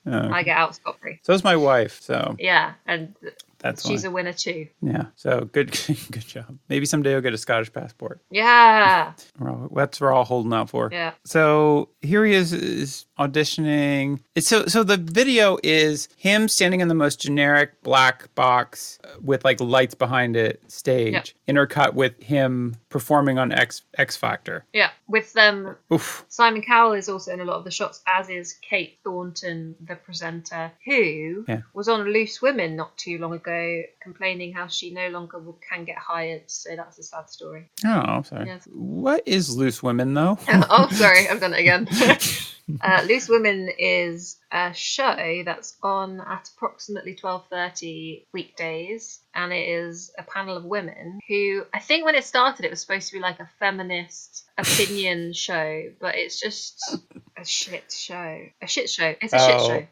Speaker 1: Oh.
Speaker 2: I get out scot free.
Speaker 1: so is my wife. So
Speaker 2: Yeah, and
Speaker 1: that's
Speaker 2: she's
Speaker 1: why.
Speaker 2: a winner too.
Speaker 1: yeah. So good, good job. Maybe someday you'll get a Scottish passport.
Speaker 2: Yeah,
Speaker 1: We're all, that's what we're all holding out for.
Speaker 2: yeah.
Speaker 1: So here he is, is auditioning. It's so so the video is him standing in the most generic uh, black box with like lights behind it stage,
Speaker 2: Yep.
Speaker 1: intercut with him performing on X X Factor.
Speaker 2: Yeah, with um,
Speaker 1: Oof.
Speaker 2: Simon Cowell is also in a lot of the shots, as is Kate Thornton, the presenter, who
Speaker 1: Yeah.
Speaker 2: was on Loose Women not too long ago, complaining how she no longer will- can get hired. So that's a sad story.
Speaker 1: Oh, sorry.
Speaker 2: Yes.
Speaker 1: What is Loose Women though?
Speaker 2: oh, sorry, I've done it again. uh, Loose Women is a show that's on at approximately twelve thirty weekdays, and it is a panel of women who I think when it started it was supposed to be like a feminist opinion show, but it's just a shit show. A shit show. It's a shit
Speaker 1: Oh.
Speaker 2: show.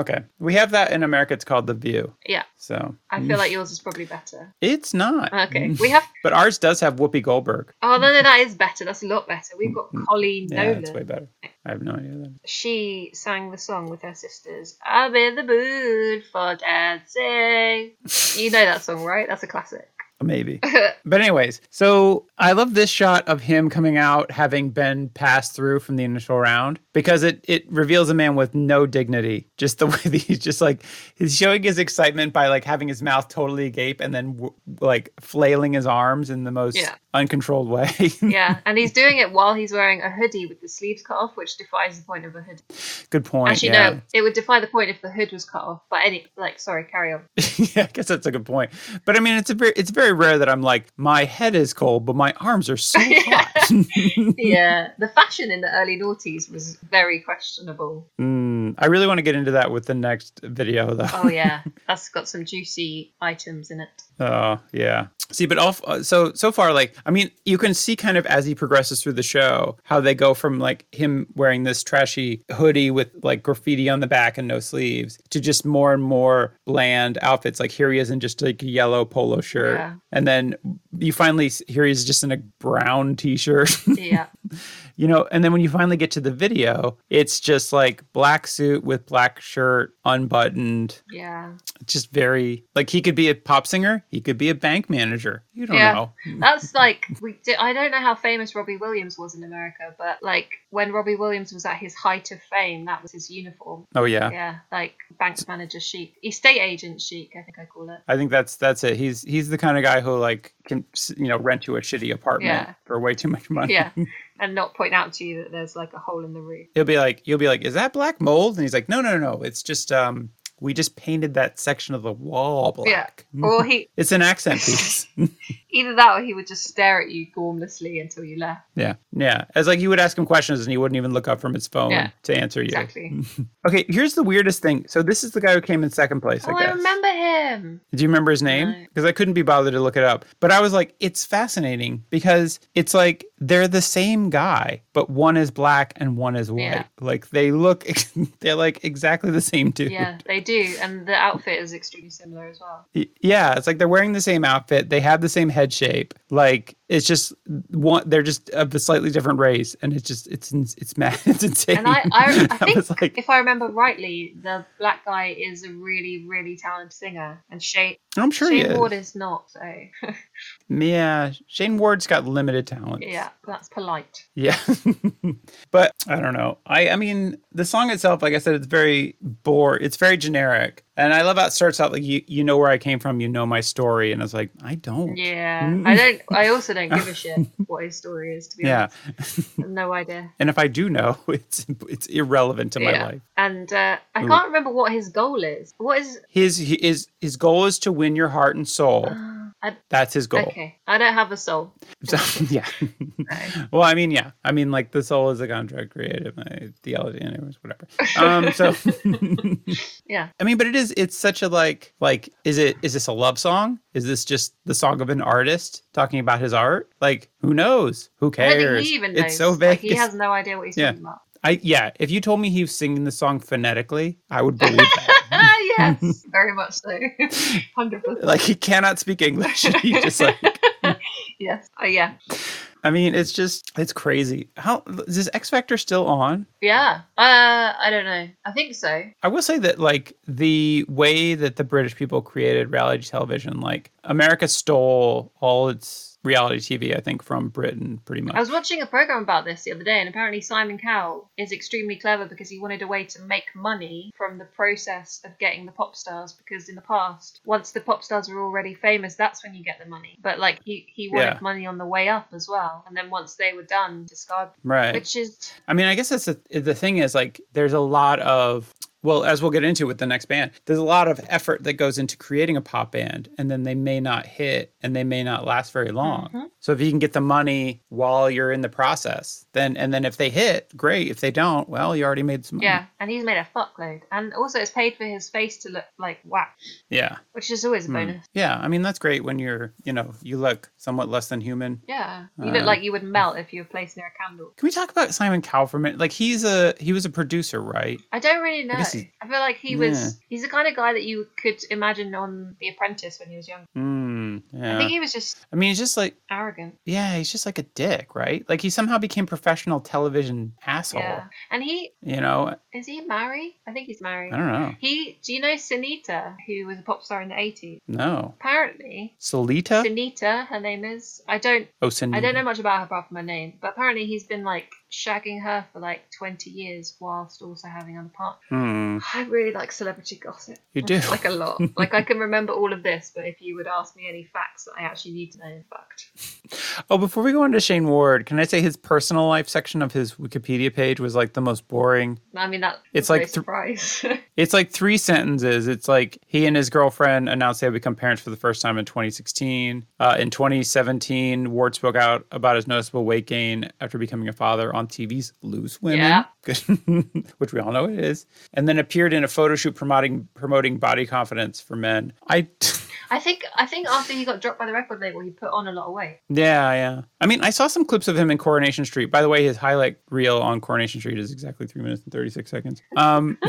Speaker 1: Okay, we have that in America. It's called The View.
Speaker 2: Yeah,
Speaker 1: So
Speaker 2: I feel like yours is probably better.
Speaker 1: it's not
Speaker 2: Okay, we have.
Speaker 1: But ours does have Whoopi Goldberg.
Speaker 2: Oh no, no, that is better. That's a lot better. We've got Colleen
Speaker 1: Yeah,
Speaker 2: Nolan.
Speaker 1: it's way better. I have no idea. That.
Speaker 2: she sang the song with her sisters. I'm in the mood for dancing. You know that song, right? That's a classic.
Speaker 1: Maybe. but anyways, so I love this shot of him coming out having been passed through from the initial round because it it reveals a man with no dignity. Just the way that he's just like he's showing his excitement by like having his mouth totally agape and then w- like flailing his arms in the most
Speaker 2: Yeah.
Speaker 1: uncontrolled way.
Speaker 2: yeah, and he's doing it while he's wearing a hoodie with the sleeves cut off, which defies the point of a hoodie.
Speaker 1: Good point.
Speaker 2: Actually,
Speaker 1: yeah.
Speaker 2: no, it would defy the point if the hood was cut off. But any, like, sorry, carry on.
Speaker 1: yeah, I guess that's a good point. But I mean, it's a very, it's very rare that I'm like my head is cold, but my arms are so hot.
Speaker 2: yeah, the fashion in the early noughties was very questionable.
Speaker 1: Mm, I really want to get into that with the next video, though.
Speaker 2: Oh yeah, that's got some juicy items in it.
Speaker 1: Oh, yeah. See, but all, uh, so so far, like I mean, you can see kind of as he progresses through the show how they go from like him wearing this trashy hoodie with like graffiti on the back and no sleeves to just more and more bland outfits. Like here he is in just like a yellow polo shirt,
Speaker 2: Yeah.
Speaker 1: and then you finally s- here he's just in a brown t-shirt.
Speaker 2: Yeah,
Speaker 1: you know and then when you finally get to the video it's just like black suit with black shirt unbuttoned
Speaker 2: yeah.
Speaker 1: just very like he could be a pop singer he could be a bank manager you don't
Speaker 2: Yeah.
Speaker 1: know
Speaker 2: That's like we. Did, I don't know how famous Robbie Williams was in America, but like when Robbie Williams was at his height of fame, that was his uniform.
Speaker 1: oh yeah.
Speaker 2: Yeah, like bank manager chic, estate agent chic. I think I call it.
Speaker 1: i think that's that's it he's he's the kind of guy who like can you know rent you a shitty apartment
Speaker 2: Yeah.
Speaker 1: for way too much money
Speaker 2: Yeah, and not point out to you that there's like a hole in the roof.
Speaker 1: he'll be like you'll be like is that black mold and he's like no no no no it's just um we just painted that section of the wall black Hmm.
Speaker 2: Yeah, or he
Speaker 1: it's an accent piece
Speaker 2: either that or he would just stare at you gormlessly until you left.
Speaker 1: Yeah. Yeah. As like you would ask him questions and he wouldn't even look up from his phone
Speaker 2: Yeah.
Speaker 1: to answer you.
Speaker 2: Exactly.
Speaker 1: Okay, here's the weirdest thing. So this is the guy who came in second place,
Speaker 2: oh,
Speaker 1: I
Speaker 2: I
Speaker 1: guess.
Speaker 2: remember him.
Speaker 1: Do you remember his name?
Speaker 2: No.
Speaker 1: Because I couldn't be bothered to look it up. But I was like, it's fascinating because it's like they're the same guy, but one is black and one is white.
Speaker 2: Yeah.
Speaker 1: Like they look they're like exactly the same dude.
Speaker 2: Yeah, they do, and the outfit is extremely similar as well.
Speaker 1: Y- Yeah, it's like they're wearing the same outfit. They have the same head shape. Like it's just one. They're just of a slightly different race, and it's just it's ins- it's mad. It's insane.
Speaker 2: And I, I, I
Speaker 1: was
Speaker 2: think,
Speaker 1: like,
Speaker 2: if I remember rightly, the black guy is a really, really talented singer, and Shane,
Speaker 1: I'm sure he
Speaker 2: Shane
Speaker 1: is.
Speaker 2: Ward is not. So,
Speaker 1: yeah, Shane Ward's got limited talent.
Speaker 2: yeah, that's polite.
Speaker 1: Yeah. but I don't know. I I mean, the song itself, like I said, it's very bore. It's very generic. And I love how it starts out like you you know where I came from, you know my story, and I was like, I don't.
Speaker 2: Yeah, I don't. I also don't give a shit what his story is. To be
Speaker 1: Mm. Yeah.
Speaker 2: honest, I have no idea.
Speaker 1: And if I do know, it's it's irrelevant to my
Speaker 2: yeah.
Speaker 1: life.
Speaker 2: and uh, I can't remember what his goal is. What is?
Speaker 1: His he- his his goal is to win your heart and soul.
Speaker 2: uh, I,
Speaker 1: That's his goal.
Speaker 2: Uh-huh. okay, I don't have a soul.
Speaker 1: So, yeah. well, I mean, yeah. I mean, like the soul is a contract created my theology, anyways, whatever. Um, so
Speaker 2: Yeah,
Speaker 1: I mean, but it is. It's such a like like is it is this a love song? Is this just the song of an artist talking about his art? Like who knows? Who
Speaker 2: I
Speaker 1: cares?
Speaker 2: don't think he even knows.
Speaker 1: It's so vague.
Speaker 2: Like, he has no idea what he's
Speaker 1: Yeah.
Speaker 2: talking about.
Speaker 1: I yeah. If you told me he was singing the song phonetically, I would believe that.
Speaker 2: Ah, yes, very much so. Hundred percent.
Speaker 1: like he cannot speak English. He just like
Speaker 2: Yes. Oh, yeah.
Speaker 1: I mean, it's just it's crazy. How is this X Factor still on?
Speaker 2: Yeah. Uh, I don't know. I think so.
Speaker 1: I will say that like the way that the British people created reality television, like America stole all its reality TV, I think, from Britain, pretty much.
Speaker 2: I was watching a program about this the other day, and apparently Simon Cowell is extremely clever because he wanted a way to make money from the process of getting the pop stars. Because in the past, once the pop stars were already famous, that's when you get the money. But like he, he wanted
Speaker 1: Yeah.
Speaker 2: money on the way up as well, and then once they were done, discard.
Speaker 1: right.
Speaker 2: Which is
Speaker 1: I mean, I guess that's the, the thing is like there's a lot of well, as we'll get into with the next band, there's a lot of effort that goes into creating a pop band, and then they may not hit and they may not last very long.
Speaker 2: Mm-hmm.
Speaker 1: So if you can get the money while you're in the process, then and then if they hit, great. If they don't, well, you already made some money.
Speaker 2: yeah, and he's made a fuckload, and also it's paid for his face to look like whack,
Speaker 1: Yeah.
Speaker 2: which is
Speaker 1: Hmm.
Speaker 2: always a bonus.
Speaker 1: Yeah. I mean, that's great when you're, you know, you look somewhat less than human.
Speaker 2: Yeah, you
Speaker 1: Uh,
Speaker 2: look like you would melt if you were placed near a candle.
Speaker 1: Can we talk about Simon Cowell for a minute? Like he's a he was a producer, right?
Speaker 2: I don't really know. I,
Speaker 1: guess he-
Speaker 2: feel like he was. He's the kind of guy that you could imagine on The Apprentice when he was young.
Speaker 1: Mm, yeah.
Speaker 2: I think he was just
Speaker 1: I mean, it's just like
Speaker 2: arrogant.
Speaker 1: Yeah, he's just like a dick, right? Like he somehow became professional television asshole.
Speaker 2: Yeah. And he
Speaker 1: You know,
Speaker 2: is he married? I think he's married.
Speaker 1: I don't know.
Speaker 2: He do you know Sunita, who was a pop star in the eighties?
Speaker 1: No,
Speaker 2: Apparently.
Speaker 1: Solita.
Speaker 2: Sunita, her name is. I don't
Speaker 1: Oh, Sin-
Speaker 2: I don't know much about her apart from her name, but apparently he's been like shagging her for like twenty years whilst also having another partner.
Speaker 1: Hmm,
Speaker 2: I really like celebrity gossip.
Speaker 1: you do.
Speaker 2: like a lot. Like I can remember all of this, but if you would ask me any facts that I actually need to know, in fact,
Speaker 1: Oh, before we go into Shane Ward, can I say his personal life section of his Wikipedia page was like the most boring
Speaker 2: I mean that.
Speaker 1: It's
Speaker 2: was no
Speaker 1: like th-
Speaker 2: surprise.
Speaker 1: It's like three sentences. It's like he and his girlfriend announced they had become parents for the first time in 2016. Uh, in 2017, Ward spoke out about his noticeable weight gain after becoming a father on TV's Lose Women,
Speaker 2: Yeah.
Speaker 1: Good. which we all know it is, and then appeared in a photo shoot promoting promoting body confidence for men. I.
Speaker 2: I think I think after he got dropped by the record label, he put on a lot of weight.
Speaker 1: Yeah, yeah. I mean, I saw some clips of him in Coronation Street. By the way, his highlight reel on Coronation Street is exactly three minutes and thirty six seconds. Um,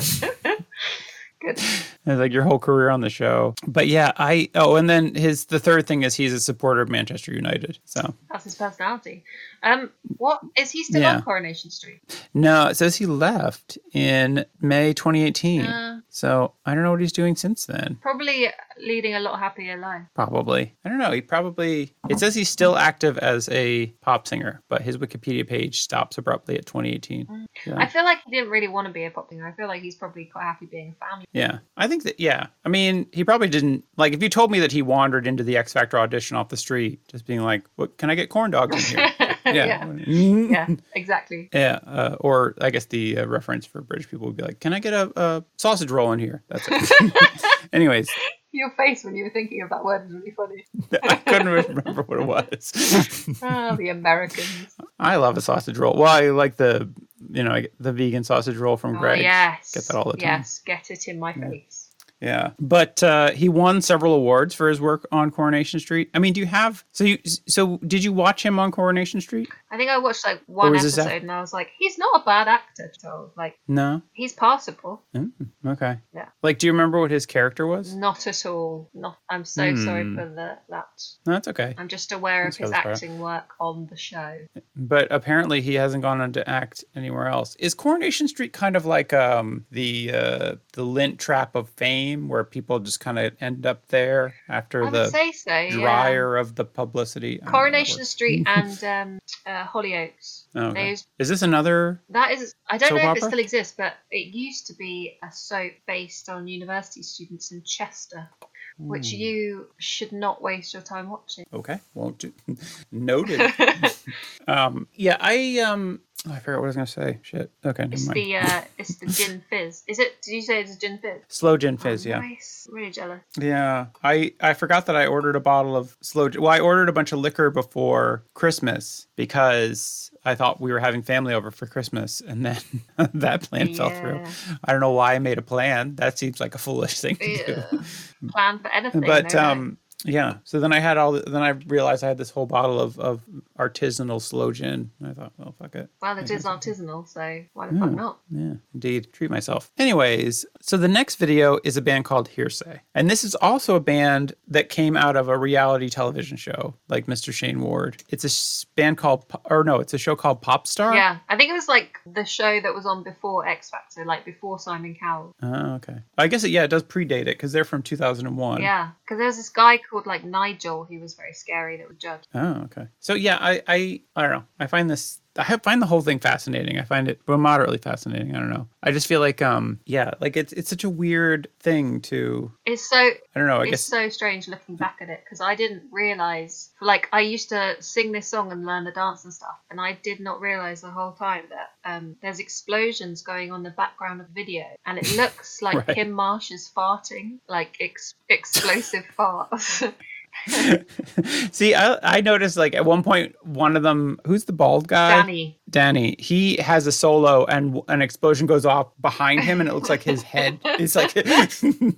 Speaker 2: Good.
Speaker 1: It's like your whole career on the show. But yeah, I oh, and then his the third thing is he's a supporter of Manchester United. So
Speaker 2: That's his personality. Um, what is he still
Speaker 1: Yeah.
Speaker 2: on Coronation Street?
Speaker 1: no, it says he left in May 2018.
Speaker 2: Uh.
Speaker 1: So I don't know what he's doing since then.
Speaker 2: Probably leading a lot happier life.
Speaker 1: Probably. I don't know. He probably it says he's still active as a pop singer, but his Wikipedia page stops abruptly at 2018. Yeah.
Speaker 2: I feel like he didn't really want to be a pop singer. I feel like he's probably quite happy being a family.
Speaker 1: Yeah. I think that, yeah. I mean, he probably didn't. Like, if you told me that he wandered into the X Factor audition off the street, just being like, what can I get corn dogs in here?
Speaker 2: Yeah.
Speaker 1: Mm.
Speaker 2: Yeah, exactly.
Speaker 1: Yeah, uh, or I guess the uh, reference for British people would be like, "Can I get a, a sausage roll in here?" That's it. Anyways,
Speaker 2: Your face when you were thinking of that word was really funny.
Speaker 1: I couldn't remember what it was.
Speaker 2: Ah, the Americans.
Speaker 1: I love a sausage roll. Well, I like the you know I- the vegan sausage roll from
Speaker 2: Oh,
Speaker 1: Greg.
Speaker 2: yes.
Speaker 1: Get that all the time.
Speaker 2: Yes, get it in my face.
Speaker 1: Yeah, but uh, he won several awards for his work on Coronation Street. I mean, do you have so you so did you watch him on Coronation Street?
Speaker 2: I think I watched like one
Speaker 1: was this
Speaker 2: episode
Speaker 1: af-
Speaker 2: and I was like, he's not a bad actor at all. Like,
Speaker 1: No.
Speaker 2: he's passable.
Speaker 1: Mm, okay.
Speaker 2: Yeah. Mm.
Speaker 1: Like, do you remember what his character was? No,
Speaker 2: Not at all. Not. I'm so sorry
Speaker 1: Hmm.
Speaker 2: for the, that.
Speaker 1: that's okay.
Speaker 2: I'm just aware
Speaker 1: Thanks
Speaker 2: of
Speaker 1: for
Speaker 2: his
Speaker 1: the throw.
Speaker 2: acting work on the show.
Speaker 1: but apparently he hasn't gone on to act anywhere else. Is Coronation Street kind of like um, the uh, the lint trap of fame, where people just kind of end up there after
Speaker 2: I would
Speaker 1: the
Speaker 2: say so. yeah.
Speaker 1: dryer of the publicity? I don't know how that
Speaker 2: Coronation
Speaker 1: works.
Speaker 2: Street and um, uh, Hollyoaks.
Speaker 1: Oh, okay.
Speaker 2: Those-
Speaker 1: Is this another?
Speaker 2: That is, I don't
Speaker 1: Soap
Speaker 2: know if
Speaker 1: opera?
Speaker 2: it still exists, but it used to be a soap based on university students in Chester,
Speaker 1: Hmm.
Speaker 2: which you should not waste your time watching.
Speaker 1: Okay, won't do. Noted. um, yeah, I um, oh, I forgot what I was gonna say. Shit. Okay, never
Speaker 2: It's
Speaker 1: mind.
Speaker 2: the uh, it's the gin fizz. Is it? Did you say it's a gin fizz?
Speaker 1: Slow gin fizz, yeah.
Speaker 2: Nice. Really jealous.
Speaker 1: Yeah, I I forgot that I ordered a bottle of slow. Well, I ordered a bunch of liquor before Christmas because I thought we were having family over for Christmas, and then that plan fell through.
Speaker 2: Yeah.
Speaker 1: I don't know why I made a plan. That seems like a foolish thing to do.
Speaker 2: Yeah. Plan uh, for anything.
Speaker 1: But
Speaker 2: no, no.
Speaker 1: um, yeah. So then I had all. Then I realized I had this whole bottle of of artisanal slow gin. And I thought, well, fuck it.
Speaker 2: well, it is artisanal, so why the
Speaker 1: Hmm.
Speaker 2: fuck not?
Speaker 1: Yeah, indeed. Treat myself. Anyways, so the next video is a band called Hearsay. And this is also a band that came out of a reality television show, like Mr. Shane Ward. It's a s- band called, Po- or no, it's a show called Popstar.
Speaker 2: Yeah, I think it was like the show that was on before X Factor, like before Simon Cowell.
Speaker 1: Oh, okay. I guess, it, yeah, it does predate it because they're from 2001.
Speaker 2: Yeah, because there's this guy called like Nigel who was very scary that would judge.
Speaker 1: Oh, okay. So yeah, I, I, I don't know. I find this, I have- find the whole thing fascinating. I find it well, moderately fascinating. I don't know. I just feel like, um, yeah, like it's it's such a weird thing to.
Speaker 2: It's so
Speaker 1: I don't know. I
Speaker 2: it's
Speaker 1: guess
Speaker 2: so strange looking back at it because I didn't realize. Like I used to sing this song and learn the dance and stuff, and I did not realize the whole time that um, there's explosions going on in the background of the video, and it looks like
Speaker 1: Right.
Speaker 2: Kim Marsh is farting, like ex- explosive farts.
Speaker 1: See, I, I noticed like at one point, one of them, who's the bald guy?
Speaker 2: Danny,
Speaker 1: Danny. He has a solo, and w- an explosion goes off behind him, and it looks like his head. It's like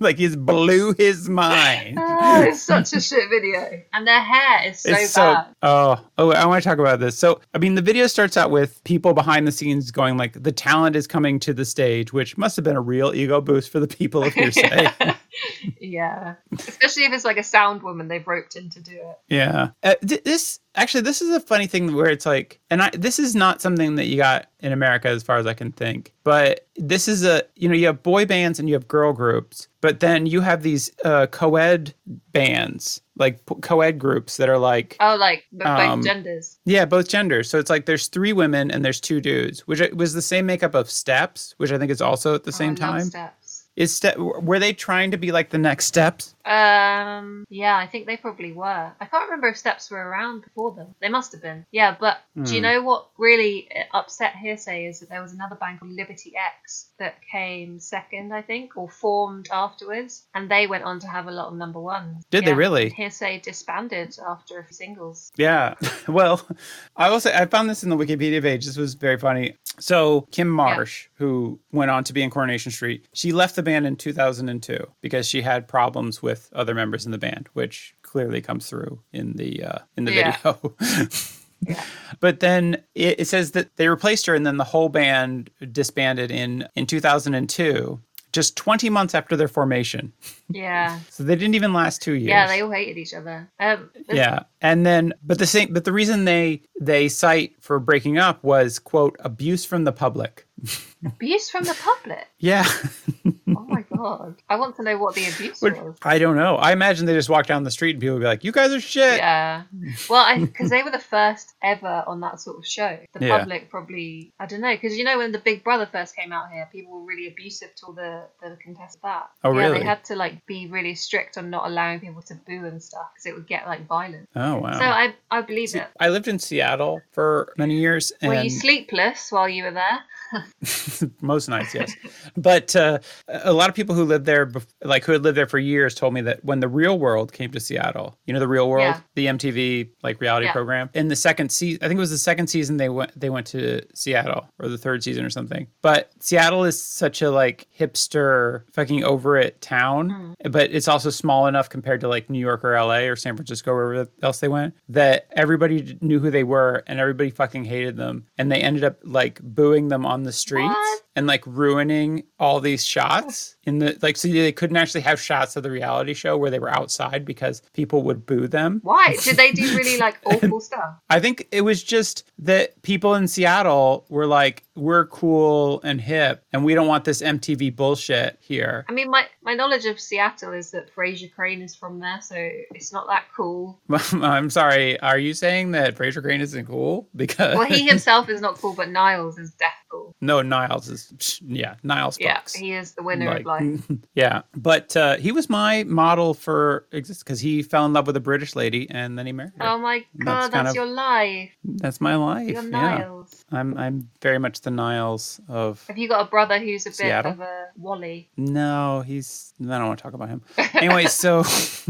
Speaker 1: like he's blew his mind.
Speaker 2: oh, it's such a shit video, and their hair is so
Speaker 1: It's
Speaker 2: bad.
Speaker 1: oh oh I want to talk about this. So I mean the video starts out with people behind the scenes going like the talent is coming to the stage, which must have been a real ego boost for the people of hearsay.
Speaker 2: Yeah, especially if it's like a sound woman they've roped in to do it.
Speaker 1: Yeah. Uh, th- this actually, this is a funny thing where it's like, and I this is not something that you got in America as far as I can think, but this is a you know you have boy bands and you have girl groups, but then you have these uh, co-ed bands like p- co-ed groups that are like
Speaker 2: Oh, like the
Speaker 1: Um,
Speaker 2: both genders.
Speaker 1: yeah both genders. So it's like there's three women and there's two dudes, which it was the same makeup of Steps, which I think is also at the
Speaker 2: Oh, I
Speaker 1: same
Speaker 2: love
Speaker 1: time.
Speaker 2: Steps.
Speaker 1: Is step were they trying to be like the next Steps?
Speaker 2: Um, yeah, I think they probably were. I can't remember if steps were around before them. They must have been. Yeah, but do you
Speaker 1: Hmm.
Speaker 2: know what really uh, upset hearsay is that there was another band called Liberty X that came second, I think, or formed afterwards, and they went on to have a lot of number ones.
Speaker 1: Did they
Speaker 2: Yeah.
Speaker 1: really?
Speaker 2: And hearsay disbanded after a few singles.
Speaker 1: Yeah. Well, I will say I found this in the Wikipedia page. This was very funny. So Kim Marsh, who went on to be in Coronation Street, she left the band in 2002 because she had problems with other members in the band, which clearly comes through in the uh, in the
Speaker 2: Yeah.
Speaker 1: video. But then it, it says that they replaced her, and then the whole band disbanded in in 2002, just 20 months after their formation.
Speaker 2: Yeah,
Speaker 1: So they didn't even last two years.
Speaker 2: yeah, they all hated each other. Um, there's-
Speaker 1: Yeah. And then but the same but the reason they they cite for breaking up was quote abuse from the public.
Speaker 2: abuse from the public.
Speaker 1: Yeah.
Speaker 2: Oh my god, I want to know what the abuse
Speaker 1: Which-
Speaker 2: was.
Speaker 1: I don't know. I imagine they just walk down the street and people would be like, "You guys are shit."
Speaker 2: Yeah. Well, because they were the first ever on that sort of show. The
Speaker 1: Yeah.
Speaker 2: public probably, I don't know, because you know when the Big Brother first came out here, people were really abusive to all the the contestants. of That
Speaker 1: Oh,
Speaker 2: yeah,
Speaker 1: really?
Speaker 2: they had to like be really strict on not allowing people to boo and stuff because it would get like violent.
Speaker 1: Oh wow.
Speaker 2: So I I believe
Speaker 1: See, um,
Speaker 2: it.
Speaker 1: I lived in Seattle for many years and
Speaker 2: Were you sleepless while you were there?
Speaker 1: most nights, yes. but uh, a lot of people who lived there, bef- like who had lived there for years, told me that when the Real World came to Seattle, you know, the Real World,
Speaker 2: Yeah.
Speaker 1: the MTV like reality
Speaker 2: Yeah.
Speaker 1: program, in the second season, I think it was the second season they went they went to Seattle or the third season or something. But Seattle is such a like hipster, fucking over it town,
Speaker 2: Mm-hmm.
Speaker 1: but it's also small enough compared to like New York or LA or San Francisco, wherever else they went, that everybody knew who they were and everybody fucking hated them, and they ended up like booing them on the streets
Speaker 2: What?
Speaker 1: and like ruining all these shots in the like so they couldn't actually have shots of the reality show where they were outside because people would boo them.
Speaker 2: Why did they do really like awful stuff?
Speaker 1: I think it was just that people in Seattle were like we're cool and hip and we don't want this MTV bullshit here.
Speaker 2: I mean, my, my knowledge of Seattle is that Fraser Crane is from there, so it's not that cool.
Speaker 1: I'm sorry, are you saying that Fraser Crane isn't cool because
Speaker 2: Well, he himself is not cool, but Niles is death cool.
Speaker 1: No, Niles is psh, yeah, Niles
Speaker 2: Yeah,
Speaker 1: fucks.
Speaker 2: he is the winner of
Speaker 1: Like, mm,
Speaker 2: life.
Speaker 1: yeah, but uh, he was my model for exist because he fell in love with a British lady and then he married her.
Speaker 2: Oh my
Speaker 1: That's
Speaker 2: god, that's,
Speaker 1: kind of-
Speaker 2: your life.
Speaker 1: That's my life.
Speaker 2: You're
Speaker 1: yeah.
Speaker 2: Niles.
Speaker 1: I'm I'm very much the Niles of
Speaker 2: Have you got a brother who's a bit
Speaker 1: Seattle?
Speaker 2: of a Wally?
Speaker 1: No, he's I don't want to talk about him. Anyway, so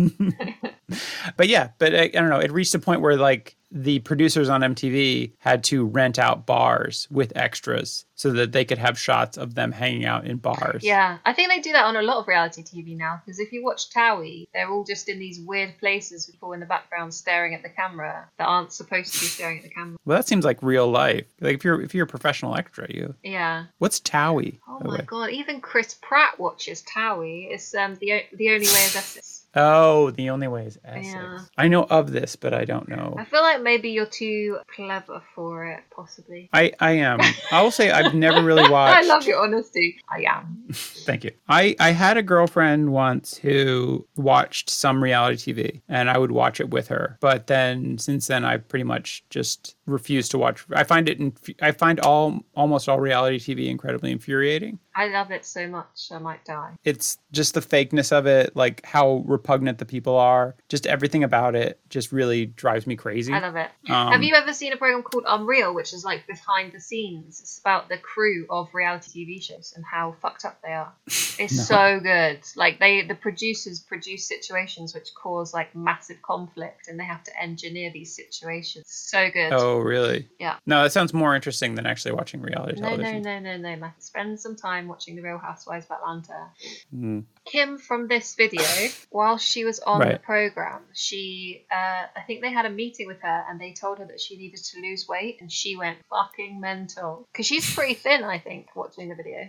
Speaker 1: But yeah, but I, I don't know, it reached a point where like the producers on MTV had to rent out bars with extras so that they could have shots of them hanging out in bars.
Speaker 2: Yeah, I think they do that on a lot of reality TV now. Because if you watch Towie, they're all just in these weird places with people in the background staring at the camera that aren't supposed to be staring at the camera.
Speaker 1: Well, that seems like real life. Like if you're if you're a professional extra, you
Speaker 2: Yeah.
Speaker 1: what's Towie?
Speaker 2: Oh
Speaker 1: by the
Speaker 2: my
Speaker 1: way?
Speaker 2: god, even Chris Pratt watches Towie. It's um the o- the only way is Essex.
Speaker 1: Oh, the only way is Essex.
Speaker 2: Yeah.
Speaker 1: I know of this, but I don't know.
Speaker 2: I feel like maybe you're too clever for it, possibly.
Speaker 1: I, I am. I'll say I've never really watched.
Speaker 2: I love your honesty. I am.
Speaker 1: Thank you. I, I had a girlfriend once who watched some reality TV and I would watch it with her. But then since then, I pretty much just refuse to watch. I find it, inf- I find all almost all reality TV incredibly infuriating.
Speaker 2: I love it so much, I might die.
Speaker 1: It's just the fakeness of it, like how repugnant the people are, just everything about it just really drives me crazy.
Speaker 2: I love it.
Speaker 1: Um,
Speaker 2: Have you ever seen a program called Unreal, which is like behind the scenes? It's about the crew of reality TV shows and how fucked up they are. It's
Speaker 1: No.
Speaker 2: so good. Like they, the producers produce situations which cause like massive conflict, and they have to engineer these situations. So good.
Speaker 1: Oh, really?
Speaker 2: Yeah.
Speaker 1: No, that sounds more interesting than actually watching reality
Speaker 2: no,
Speaker 1: television.
Speaker 2: no, no, no, no, Matt. Spend some time watching The Real Housewives of Atlanta.
Speaker 1: Mm.
Speaker 2: Kim from this video, while she was on the
Speaker 1: Right.
Speaker 2: program, she, uh, I think they had a meeting with her and they told her that she needed to lose weight and she went fucking mental. Because she's pretty thin, I think, watching the video.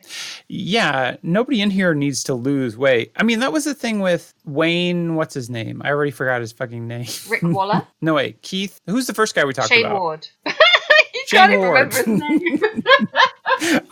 Speaker 1: Yeah, nobody in here needs to lose weight. I mean, that was the thing with Wayne, what's his name? I already forgot his fucking name.
Speaker 2: Rick Waller,
Speaker 1: No, wait, Keith. Who's the first guy we talked
Speaker 2: Shane
Speaker 1: Hmm. about?
Speaker 2: Ward. you
Speaker 1: Shane
Speaker 2: can't even
Speaker 1: Ward.
Speaker 2: remember his name.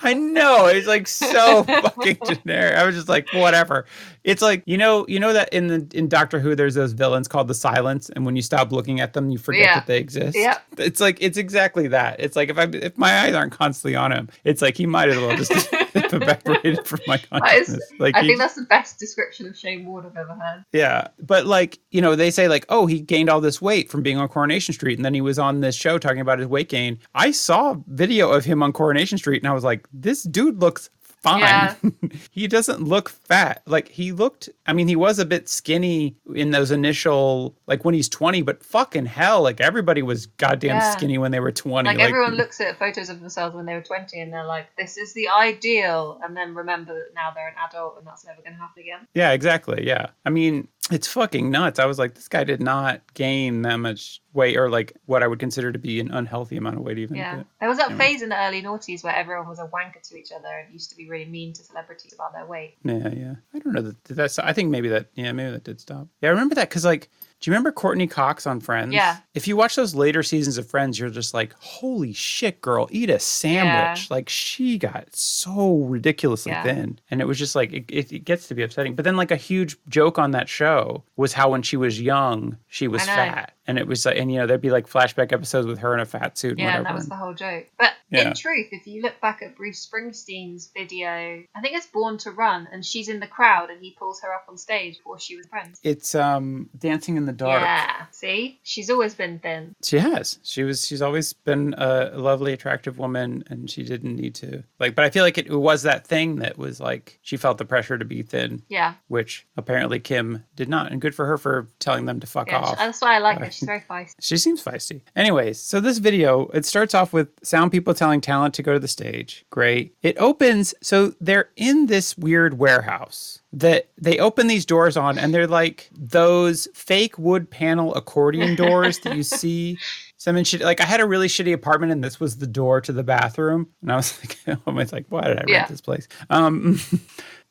Speaker 1: I know. It's like so fucking generic. I was just like, whatever. It's like, you know, you know that in the in Doctor Who there's those villains called the silence, and when you stop looking at them, you forget
Speaker 2: Yeah.
Speaker 1: that they exist.
Speaker 2: Yep.
Speaker 1: It's like it's exactly that. It's like if I if my eyes aren't constantly on him, it's like he might as well just have evaporated from my
Speaker 2: is-
Speaker 1: consciousness. like
Speaker 2: I
Speaker 1: he-
Speaker 2: think that's the best description of Shane Ward I've ever heard.
Speaker 1: Yeah. But like, you know, they say like, oh, he gained all this weight from being on Coronation Street. And then he was on this show talking about his weight gain. I saw video of him on Coronation Street and I was like, this dude looks fine.
Speaker 2: Yeah.
Speaker 1: he doesn't look fat. Like he looked, I mean, he was a bit skinny in those initial, like when he's 20, but fucking hell, like everybody was goddamn
Speaker 2: Yeah.
Speaker 1: skinny when they were 20.
Speaker 2: Like, everyone looks at photos of themselves when they were 20 and they're like, this is the ideal. And then remember that now they're an adult and that's never going to happen again.
Speaker 1: Yeah, exactly. Yeah. I mean, it's fucking nuts. I was like, this guy did not gain that much weight or like what I would consider to be an unhealthy amount of weight, even.
Speaker 2: Yeah. There was that
Speaker 1: Yeah.
Speaker 2: phase in the early noughties where everyone was a wanker to each other and used to be really mean to celebrities about their weight.
Speaker 1: Yeah. Yeah. I don't know. That, did that, st- I think maybe that, yeah, maybe that did stop. Yeah. I remember that because like, do you remember Courtney Cox on Friends?
Speaker 2: Yeah.
Speaker 1: If you watch those later seasons of Friends, you're just like, holy shit, girl, eat a sandwich. Like, she got so ridiculously
Speaker 2: Yeah.
Speaker 1: thin. And it was just like, it, it, it gets to be upsetting. But then, like, a huge joke on that show was how when she was young, she was
Speaker 2: I know.
Speaker 1: fat. And it was like, and you know, there'd be like flashback episodes with her in a fat suit and
Speaker 2: Yeah, and
Speaker 1: whatever.
Speaker 2: that was the whole joke. But
Speaker 1: Yeah.
Speaker 2: in truth, if you look back at Bruce Springsteen's video, I think it's Born to Run, and she's in the crowd and he pulls her up on stage before she was friends.
Speaker 1: it's um dancing in the dark.
Speaker 2: Yeah. See? She's always been thin.
Speaker 1: She has. She was. She's always been a lovely, attractive woman, and she didn't need to like. But I feel like it, was that thing that was like she felt the pressure to be thin,
Speaker 2: Yeah.
Speaker 1: which apparently Kim did not. And good for her for telling them to fuck
Speaker 2: yeah
Speaker 1: off.
Speaker 2: that's why I like her. She's very feisty.
Speaker 1: She seems feisty. Anyways, so this video, it starts off with sound people telling talent to go to the stage. Great. It opens, so they're in this weird warehouse that they open these doors on, and they're like those fake wood panel accordion doors that you see. Some in shit like I had a really shitty apartment and this was the door to the bathroom. And I was like, I was like, why did I rent
Speaker 2: Yeah.
Speaker 1: this place? Um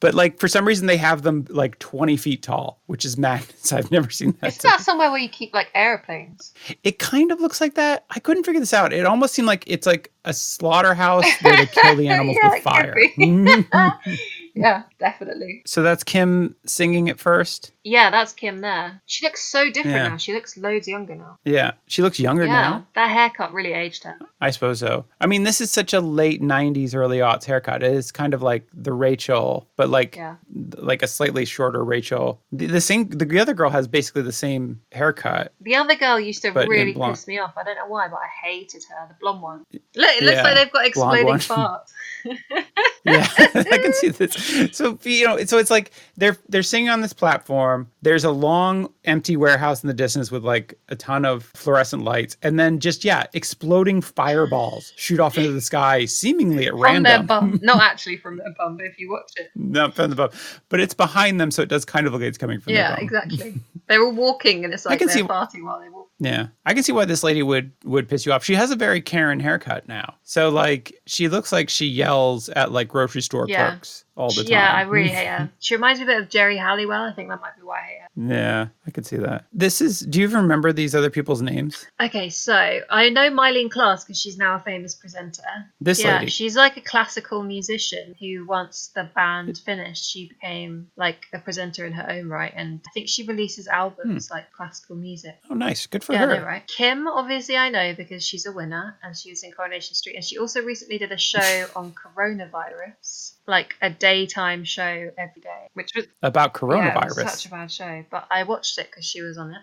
Speaker 1: But like for some reason they have them like 20 feet tall, which is madness. I've never seen that.
Speaker 2: It's not somewhere where you keep like aeroplanes.
Speaker 1: It kind of looks like that. I couldn't figure this out. It almost seemed like it's like a slaughterhouse where they kill the animals
Speaker 2: Yeah,
Speaker 1: with
Speaker 2: it could
Speaker 1: fire. Mm-hmm.
Speaker 2: Yeah, definitely.
Speaker 1: so that's Kim singing at first.
Speaker 2: Yeah, that's Kim there. She looks so different
Speaker 1: Yeah.
Speaker 2: now. She looks loads younger now.
Speaker 1: Yeah. She looks younger
Speaker 2: yeah,
Speaker 1: now.
Speaker 2: that haircut really aged her.
Speaker 1: I suppose so. I mean, this is such a late 90s, early aughts haircut. It is kind of like the Rachel, but like
Speaker 2: Yeah.
Speaker 1: like a slightly shorter Rachel. The, the same the other girl has basically the same haircut.
Speaker 2: The other girl used to
Speaker 1: But in
Speaker 2: really
Speaker 1: blonde-
Speaker 2: piss me off. I don't know why, but I hated her, the blonde one. Look, it looks
Speaker 1: Yeah,
Speaker 2: like they've got exploding
Speaker 1: one.
Speaker 2: parts.
Speaker 1: yeah, I can see this. So you know, so it's like they're they're singing on this platform. There's a long empty warehouse in the distance with like a ton of fluorescent lights, and then just yeah, exploding fireballs shoot off into the sky, seemingly at
Speaker 2: From their
Speaker 1: random.
Speaker 2: bum. Not actually from their bum, but if you watch it.
Speaker 1: Not from the bum, but it's behind them, so it does kind of look like it's coming from. the
Speaker 2: yeah,
Speaker 1: bum.
Speaker 2: exactly. They're all walking and it's like
Speaker 1: can
Speaker 2: they're
Speaker 1: see-
Speaker 2: farting while they walk.
Speaker 1: Yeah, I can see why this lady would would piss you off. She has a very Karen haircut now, so like she looks like she yells at like grocery store
Speaker 2: Yeah.
Speaker 1: clerks. all the time.
Speaker 2: Yeah, I really hate her. She reminds me a bit of Jerry Halliwell. I think that might be why I hate her.
Speaker 1: Yeah, I could see that. This is. Do you even remember these other people's names?
Speaker 2: Okay, so I know Mylene Class because she's now a famous presenter.
Speaker 1: This
Speaker 2: yeah,
Speaker 1: lady.
Speaker 2: she's like a classical musician who, once the band finished, she became like a presenter in her own right, and I think she releases albums like classical music.
Speaker 1: Hmm. Oh, nice. Good for
Speaker 2: yeah,
Speaker 1: her.
Speaker 2: I know, right? Kim, obviously, I know because she's a winner and she was in Coronation Street. And she also recently did a show on coronavirus, like a daytime show every day, which was
Speaker 1: About
Speaker 2: yeah, it
Speaker 1: coronavirus.
Speaker 2: was such a bad show. But I watched it because she was on it.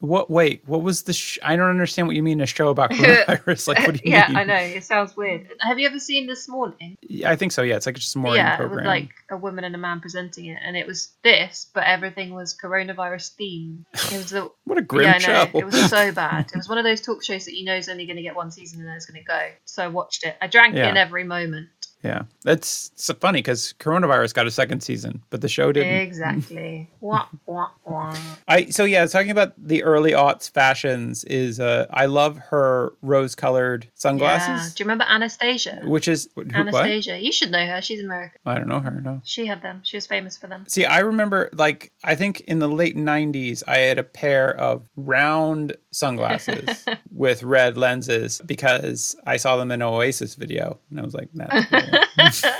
Speaker 1: What? Wait. What was the? Sh- I don't understand what you mean. A show about coronavirus? like what do you
Speaker 2: yeah,
Speaker 1: mean?
Speaker 2: I know. It sounds weird. Have you ever seen This Morning?
Speaker 1: Yeah, I think so. Yeah, it's like just a morning
Speaker 2: yeah,
Speaker 1: program.
Speaker 2: with like a woman and a man presenting it. And it was this, but everything was coronavirus themed. It was the.
Speaker 1: what a grim
Speaker 2: yeah, I know.
Speaker 1: show.
Speaker 2: It was so bad. It was one of those talk shows that you know is only going to get one season and then it's going to go. So I watched it. I drank
Speaker 1: Yeah.
Speaker 2: it in every moment.
Speaker 1: yeah, that's it's funny because coronavirus got a second season, but the show didn't.
Speaker 2: Exactly. wah, wah, wah.
Speaker 1: I so yeah, talking about the early aughts fashions is uh, I love her rose colored
Speaker 2: Yeah.
Speaker 1: sunglasses,
Speaker 2: Do you remember Anastasia?
Speaker 1: which is who- what
Speaker 2: Anastasia. You should know her. She's American.
Speaker 1: I don't know her no.
Speaker 2: She had them. She was famous for them.
Speaker 1: See, I remember like I think in the late '90s, I had a pair of round sunglasses with red lenses because I saw them in an Oasis video, and I was like, "That's cool."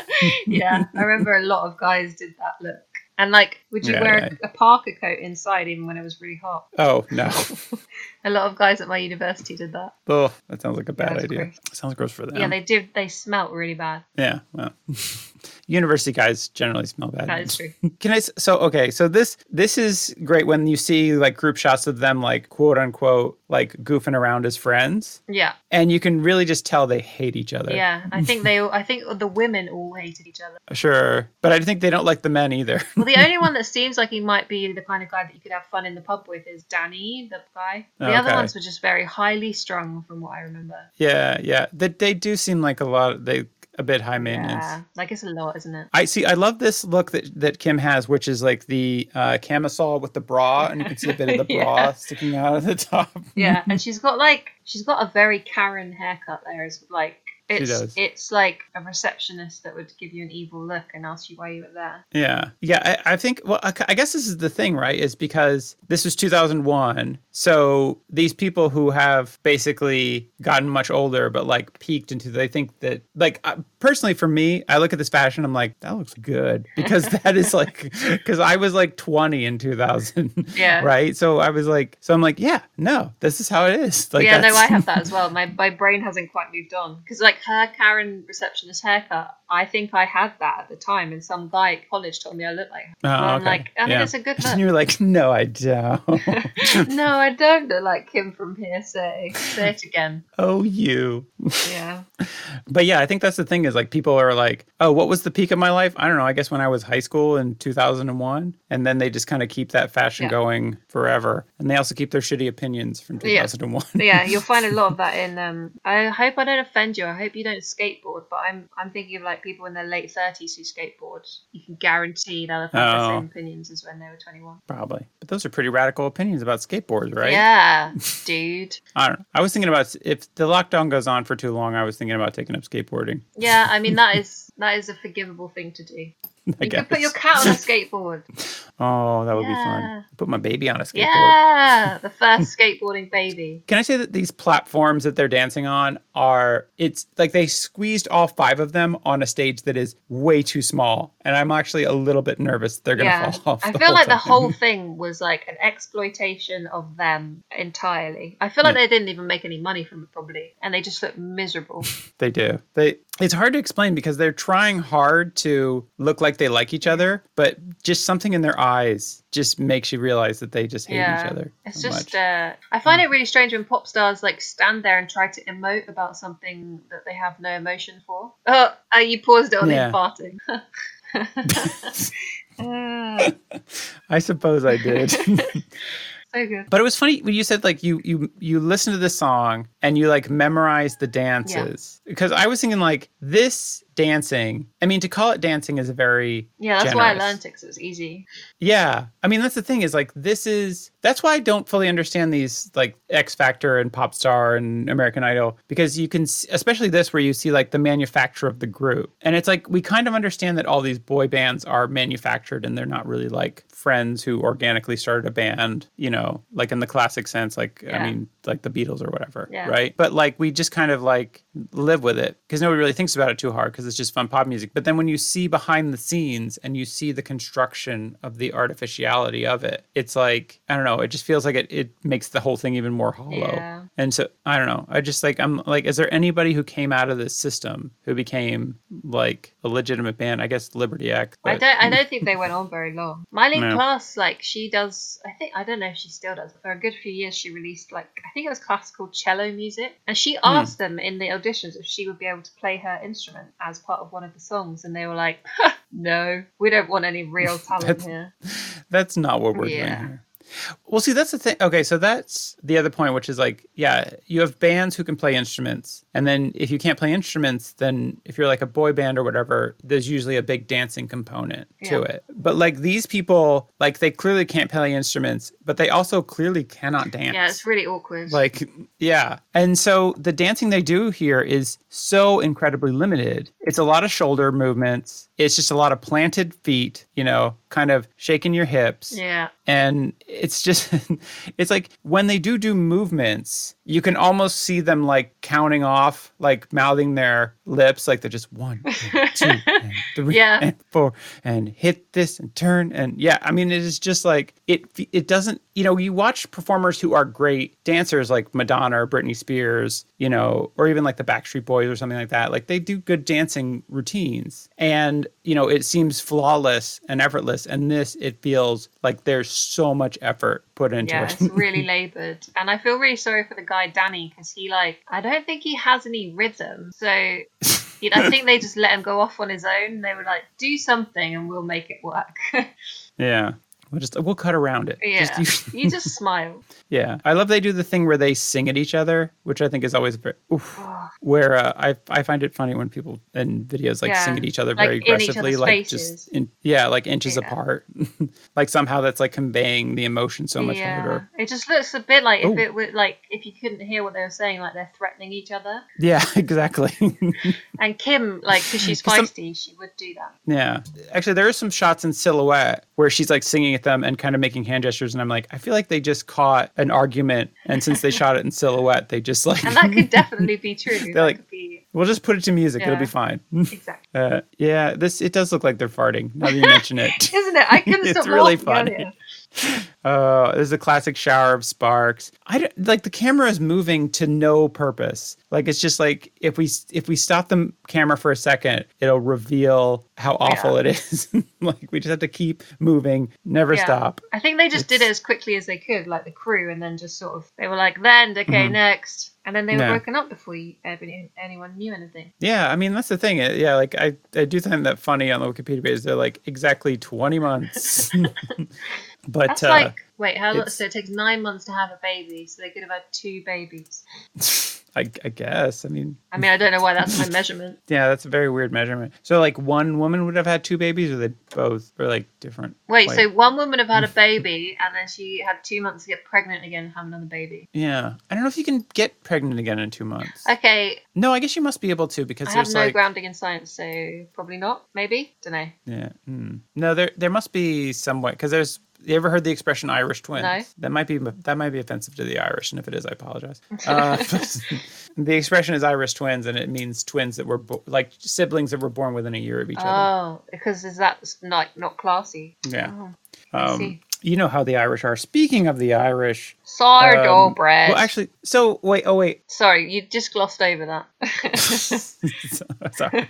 Speaker 2: yeah. I remember a lot of guys did that look. And like, would you
Speaker 1: Yeah,
Speaker 2: wear
Speaker 1: yeah.
Speaker 2: a, a parka coat inside even when it was really hot?
Speaker 1: "Oh no,
Speaker 2: A lot of guys at my university did that.
Speaker 1: oh, that sounds like a bad
Speaker 2: that's
Speaker 1: idea.
Speaker 2: gross.
Speaker 1: Sounds gross for them."
Speaker 2: Yeah, they did. They smelt really bad.
Speaker 1: Yeah, well, university guys generally smell bad.
Speaker 2: That is true.
Speaker 1: Can I? s- So okay, so this this is great when you see like group shots of them like quote unquote like goofing around as friends,
Speaker 2: Yeah,
Speaker 1: and you can really just tell they hate each other.
Speaker 2: yeah. I think they. all I think the women all hated each other.
Speaker 1: sure, but I think they don't like the men either.
Speaker 2: Well, the only one that seems like he might be the kind of guy that you could have fun in the pub with is Danny, the guy. The other
Speaker 1: Okay.
Speaker 2: ones were just very highly strung, from what I remember.
Speaker 1: yeah, yeah, they they do seem like a lot. they a bit high maintenance.
Speaker 2: Yeah, like it's a lot, isn't it?
Speaker 1: I see. I love this look that, that Kim has, which is like the uh, camisole with the bra, and you can see a bit of the
Speaker 2: Yeah.
Speaker 1: bra sticking out of the top.
Speaker 2: Yeah,
Speaker 1: Mm-hmm.
Speaker 2: and she's got like she's got a very Karen haircut. There is like it's
Speaker 1: does.
Speaker 2: it's like a receptionist that would give you an evil look and ask you why you were there.
Speaker 1: Yeah. Yeah. I, I think, well, I, I guess this is the thing, right? Is because this was 2001. So these people who have basically gotten much older, but like peaked into, they think that, like, I, personally for me, I look at this fashion, I'm like, that looks good because that is like, because I was like 20 in 2000.
Speaker 2: Yeah.
Speaker 1: Right. So I was like, so I'm like, yeah, no, this is how it is. Like,
Speaker 2: yeah, no,
Speaker 1: that's-
Speaker 2: I have that as well. My my brain hasn't quite moved on because like her Karen receptionist haircut, I think I had that at the time, and some guy at college told me I looked like her.
Speaker 1: Oh,
Speaker 2: And I'm
Speaker 1: okay.
Speaker 2: like, I think
Speaker 1: Yeah.
Speaker 2: it's a good look.
Speaker 1: And you're like, no, I don't.
Speaker 2: no, I don't look like Kim from PSA. Say it again.
Speaker 1: oh, you.
Speaker 2: Yeah.
Speaker 1: But yeah, I think that's the thing is like people are like, oh, what was the peak of my life? I don't know. I guess when I was high school in 2001. And then they just kind of keep that fashion
Speaker 2: Yeah.
Speaker 1: going forever. And they also keep their shitty opinions from
Speaker 2: Yeah.
Speaker 1: 2001.
Speaker 2: But yeah, you'll find a lot of that in um I hope I don't offend you. I hope you don't skateboard, but I'm I'm thinking of like people in their late thirties who skateboard. You can guarantee they'll have had the
Speaker 1: Oh.
Speaker 2: same opinions as when they were twenty one.
Speaker 1: Probably. But those are pretty radical opinions about skateboards, right?
Speaker 2: Yeah, dude.
Speaker 1: I don't know. I was thinking about if the lockdown goes on for too long, I was thinking about taking up skateboarding.
Speaker 2: Yeah, I mean that is that is a forgivable thing to do.
Speaker 1: I
Speaker 2: You
Speaker 1: guess.
Speaker 2: could put your cat on a skateboard.
Speaker 1: oh, that would be
Speaker 2: Yeah.
Speaker 1: fun. Put my baby on a skateboard.
Speaker 2: yeah, the first skateboarding baby.
Speaker 1: Can I say that these platforms that they're dancing on are it's like they squeezed all five of them on a stage that is way too small, and I'm actually a little bit nervous that they're gonna
Speaker 2: Yeah,
Speaker 1: fall off.
Speaker 2: I feel like the
Speaker 1: time.
Speaker 2: whole thing was like an exploitation of them entirely. I feel like they didn't even make any money from it probably, and they just looked miserable.
Speaker 1: they do. They it's hard to explain because they're trying hard to look like they like each other, but just something in their eyes just makes you realize that they just hate each other.
Speaker 2: It's
Speaker 1: so much.
Speaker 2: just uh I find it really strange when pop stars like stand there and try to emote about something that they have no emotion for. Oh, uh, you paused it on
Speaker 1: Yeah.
Speaker 2: me farting. Mm,
Speaker 1: I suppose I did.
Speaker 2: so good.
Speaker 1: But it was funny when you said like you you you listen to this song and you like memorize the dances because I was thinking like this dancing. I mean, to call it dancing is a very
Speaker 2: Yeah, that's why I
Speaker 1: generous-
Speaker 2: learned it 'cause it was easy.
Speaker 1: Yeah. I mean, that's the thing is like, this is, that's why I don't fully understand these like X Factor and Pop Star and American Idol, because you can, s- especially this where you see like the manufacture of the group. And it's like, we kind of understand that all these boy bands are manufactured and they're not really like friends who organically started a band, you know, like in the classic sense, like, I
Speaker 2: Yeah.
Speaker 1: mean, like the Beatles or whatever.
Speaker 2: Yeah.
Speaker 1: Right. But like, we just kind of like live with it because nobody really thinks about it too hard because it's just fun pop music. But then when you see behind the scenes and you see the construction of the artificiality of it, it's like, I don't know, it just feels like it, it makes the whole thing even more hollow.
Speaker 2: Yeah.
Speaker 1: And so I don't know. I just like, I'm like, is there anybody who came out of this system who became like a legitimate band? I guess Liberty X.
Speaker 2: I
Speaker 1: but-
Speaker 2: don't. I don't think they went on very long. Miley
Speaker 1: No.
Speaker 2: Class, like she does. I think I don't know if she still does, but for a good few years she released like I think it was classical cello music, and
Speaker 1: Hmm.
Speaker 2: she asked them in the auditions if she would be able to play her instrument as part of one of the songs, and they were like, "No, we don't want any real talent
Speaker 1: That's-
Speaker 2: here."
Speaker 1: That's not what we're
Speaker 2: Yeah.
Speaker 1: doing here. Well, see, that's the thing. Okay, so that's the other point, which is like, yeah, you have bands who can play instruments. And then if you can't play instruments, then if you're like a boy band or whatever, there's usually a big dancing component to
Speaker 2: Yeah.
Speaker 1: it. But like these people, like they clearly can't play instruments, but they also clearly cannot dance.
Speaker 2: Yeah, it's really awkward.
Speaker 1: Like, yeah. And so the dancing they do here is so incredibly limited. It's a lot of shoulder movements, it's just a lot of planted feet, you know, kind of shaking your hips.
Speaker 2: yeah,
Speaker 1: And it's just, it's like when they do do movements, you can almost see them like counting off, like mouthing their lips, like they're just one, and two, and three,
Speaker 2: Yeah.
Speaker 1: and four, and hit this and turn and yeah. I mean, it is just like it. It doesn't, you know. You watch performers who are great dancers, like Madonna or Britney Spears, you know, or even like the Backstreet Boys or something like that. Like they do good dancing routines, and you know, it seems flawless and effortless. And this, it feels like there's so much effort put into
Speaker 2: yeah,
Speaker 1: it.
Speaker 2: it's really laboured, and I feel really sorry for the guy Danny because he like I don't think he has any rhythm, so you know, I think they just let him go off on his own. They were like, "Do something, and we'll make it work."
Speaker 1: yeah. We'll just we'll cut around it.
Speaker 2: yeah,
Speaker 1: Just-
Speaker 2: you just smile.
Speaker 1: Yeah, I love they do the thing where they sing at each other, which I think is always very, oof,
Speaker 2: Oh,
Speaker 1: where uh, I I find it funny when people in videos like sing
Speaker 2: Yeah,
Speaker 1: at each other
Speaker 2: like
Speaker 1: very
Speaker 2: in each other's
Speaker 1: aggressively, like
Speaker 2: faces.
Speaker 1: just in, yeah, like inches
Speaker 2: Yeah.
Speaker 1: apart, like somehow that's like conveying the emotion so much
Speaker 2: yeah,
Speaker 1: harder.
Speaker 2: it just looks a bit like
Speaker 1: Ooh.
Speaker 2: if it were like if you couldn't hear what they were saying, like they're threatening each other.
Speaker 1: Yeah, exactly.
Speaker 2: And Kim, like, because she's
Speaker 1: 'Cause some-
Speaker 2: feisty, she would do that.
Speaker 1: yeah, actually, there are some shots in silhouette where she's like singing at them and kind of making hand gestures, and I'm like, I feel like they just caught an argument, and since they shot it in silhouette, they just like
Speaker 2: And that could definitely be true. that
Speaker 1: like-
Speaker 2: could be
Speaker 1: we'll just put it to music, it'll
Speaker 2: Yeah.
Speaker 1: be fine.
Speaker 2: exactly.
Speaker 1: Uh, yeah, this it does look like they're farting. Now that you mention it,
Speaker 2: Isn't it? I couldn't
Speaker 1: It's
Speaker 2: stop
Speaker 1: really
Speaker 2: laughing
Speaker 1: funny.
Speaker 2: earlier.
Speaker 1: oh, there's a classic shower of sparks. I don't, like the camera is moving to no purpose. Like it's just like if we if we stop the camera for a second, it'll reveal how awful it is. like we just have to keep moving, never
Speaker 2: Yeah.
Speaker 1: stop.
Speaker 2: I think they just did it as quickly as they could, like the crew, and then just sort of they were like, "Then okay, next," and then they were
Speaker 1: Mm-hmm. Yeah.
Speaker 2: broken up before you, every- anyone knew anything.
Speaker 1: Yeah, I mean that's the thing. It- Yeah, like I, I do find that funny on the Wikipedia page. They're like exactly 20 months, but
Speaker 2: That's
Speaker 1: uh,
Speaker 2: like wait, how long?
Speaker 1: it's-
Speaker 2: So it takes nine months to have a baby, so they could have had two babies.
Speaker 1: uh, I, I guess I mean
Speaker 2: I mean, I don't know why that's my measurement.
Speaker 1: Yeah, that's a very weird measurement. So, like, one woman would have had two babies, or they both, or like different.
Speaker 2: Wait,
Speaker 1: like-
Speaker 2: so one woman would have had a baby, and then she had two months to get pregnant again and have another baby.
Speaker 1: yeah, I don't know if you can get pregnant again in two months.
Speaker 2: Okay,
Speaker 1: no, I guess you must be able to because
Speaker 2: I have
Speaker 1: there's
Speaker 2: no
Speaker 1: like,
Speaker 2: grounding in science, so probably not. Maybe don't know.
Speaker 1: yeah, mm. no, there there must be some way because there's. You ever heard the expression Irish twins?
Speaker 2: No.
Speaker 1: That might be that might be offensive to the Irish, and if it is, I apologize. Uh, the expression is Irish twins, and it means twins that were bo- like siblings that were born within a year of each other.
Speaker 2: Oh, because is that like not classy?
Speaker 1: Yeah,
Speaker 2: Oh, I
Speaker 1: um,
Speaker 2: see.
Speaker 1: you know how the Irish are. Speaking of the Irish,
Speaker 2: Sourdough
Speaker 1: Um,
Speaker 2: bread.
Speaker 1: Well, actually, so wait. Oh, wait.
Speaker 2: sorry, you just glossed over that.
Speaker 1: Sorry.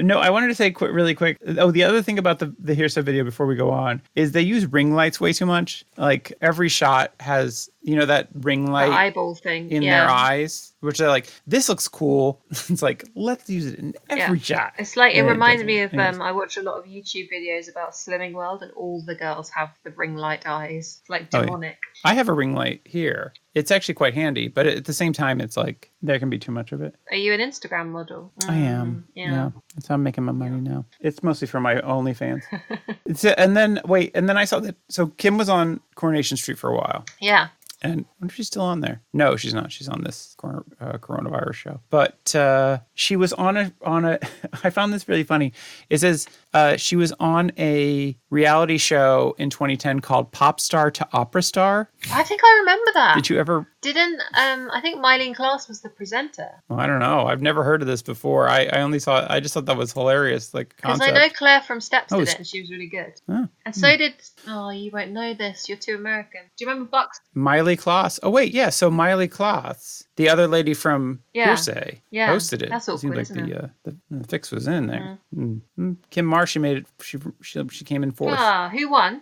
Speaker 1: No, I wanted to say quick, really quick. Oh, the other thing about the the hearsay video before we go on is they use ring lights way too much. Like every shot has, you know, that ring
Speaker 2: The
Speaker 1: light
Speaker 2: eyeball thing.
Speaker 1: in
Speaker 2: yeah.
Speaker 1: their eyes, which they're like, "This looks cool." it's like let's use it in every shot.
Speaker 2: It's like it
Speaker 1: And
Speaker 2: reminds
Speaker 1: doesn't.
Speaker 2: me of
Speaker 1: Anyways.
Speaker 2: um, I watch a lot of YouTube videos about Slimming World, and all the girls have the ring light eyes, It's like
Speaker 1: Oh, yeah.
Speaker 2: demonic.
Speaker 1: I have a ring light here. It's actually quite handy, but at the same time, it's like there can be too much of it.
Speaker 2: Are you an Instagram model?
Speaker 1: I am.
Speaker 2: Mm,
Speaker 1: Yeah. That's how I'm making my money now. It's mostly for my OnlyFans. it's, and then, wait, and then I saw that. So Kim was on Coronation Street for a while.
Speaker 2: Yeah.
Speaker 1: And I wonder if she's still on there. No, she's not. She's on this cor- uh, coronavirus show. But uh, she was on a on a. I found this really funny. It says uh, she was on a reality show in 2010 called Pop Star to Opera Star.
Speaker 2: I think I remember that.
Speaker 1: Did you Oh, ever?
Speaker 2: Didn't um I think Mylene Class was the presenter.
Speaker 1: Well, I don't know. I've never heard of this before. I, I only saw. I just thought that was hilarious. Like
Speaker 2: Because
Speaker 1: concept.
Speaker 2: I know Claire from Steps
Speaker 1: Oh,
Speaker 2: did
Speaker 1: it's-
Speaker 2: it and she was really good.
Speaker 1: Oh.
Speaker 2: And so did oh you won't know this, you're too American. Do you remember Bucks?
Speaker 1: Miley Kloss. Oh wait, yeah. So Miley Kloss, the other lady from
Speaker 2: Yeah.
Speaker 1: Hearsay,
Speaker 2: Yeah.
Speaker 1: hosted it.
Speaker 2: That's
Speaker 1: It seemed
Speaker 2: awkward,
Speaker 1: like
Speaker 2: isn't Mm-hmm.
Speaker 1: the, Uh, the, the fix was in there. Mm. Mm. Kim Marsh, made it. She she, she came in fourth.
Speaker 2: Ah, who won?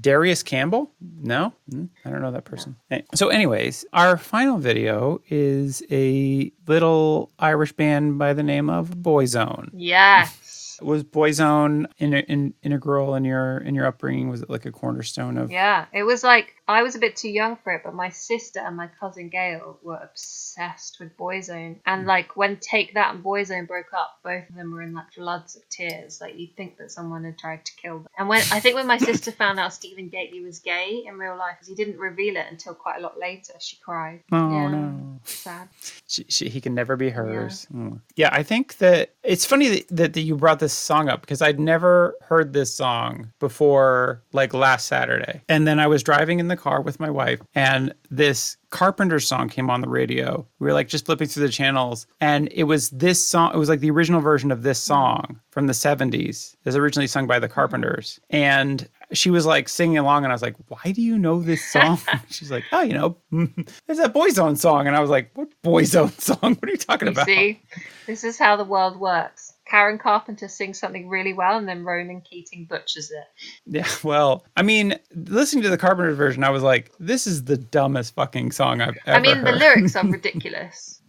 Speaker 1: Darius Campbell? No, Mm, I don't know that person. Eh, So, anyways, our final video is a little Irish band by the name of Boyzone.
Speaker 2: Yes.
Speaker 1: Was Boyzone in, in, integral in your in your upbringing? Was it like a cornerstone of?
Speaker 2: Yeah. It was like I was a bit too young for it, but my sister and my cousin Gail were obsessed with Boyzone. And
Speaker 1: Mm.
Speaker 2: like when Take That and Boyzone broke up, both of them were in like floods of tears. Like you'd think that someone had tried to kill them. And when I think when my sister found out Stephen Gately was gay in real life, 'cause he didn't reveal it until quite a lot later, she cried.
Speaker 1: Oh
Speaker 2: yeah.
Speaker 1: no.
Speaker 2: Sad.
Speaker 1: she, she, he can never be hers. Mm. Yeah, I think that it's funny that, that, that you brought this song up because I'd never heard this song before like last Saturday. And then I was driving in the car with my wife and this Carpenter song came on the radio. We were like just flipping through the channels and it was this song, it was like the original version of this song from the 70s. It was originally sung by the Carpenters. And she was like singing along and I was like, why do you know this song? She's like, oh, you know, there's that Boyzone song. And I was like, what Boyzone song? What are you talking
Speaker 2: You
Speaker 1: about?
Speaker 2: see, this is how the world works. Karen Carpenter sings something really well, and then Ronan Keating butchers it.
Speaker 1: Yeah, well, I mean, listening to the Carpenter version, I was like, this is the dumbest fucking song I've ever
Speaker 2: I mean, the
Speaker 1: heard.
Speaker 2: lyrics are ridiculous.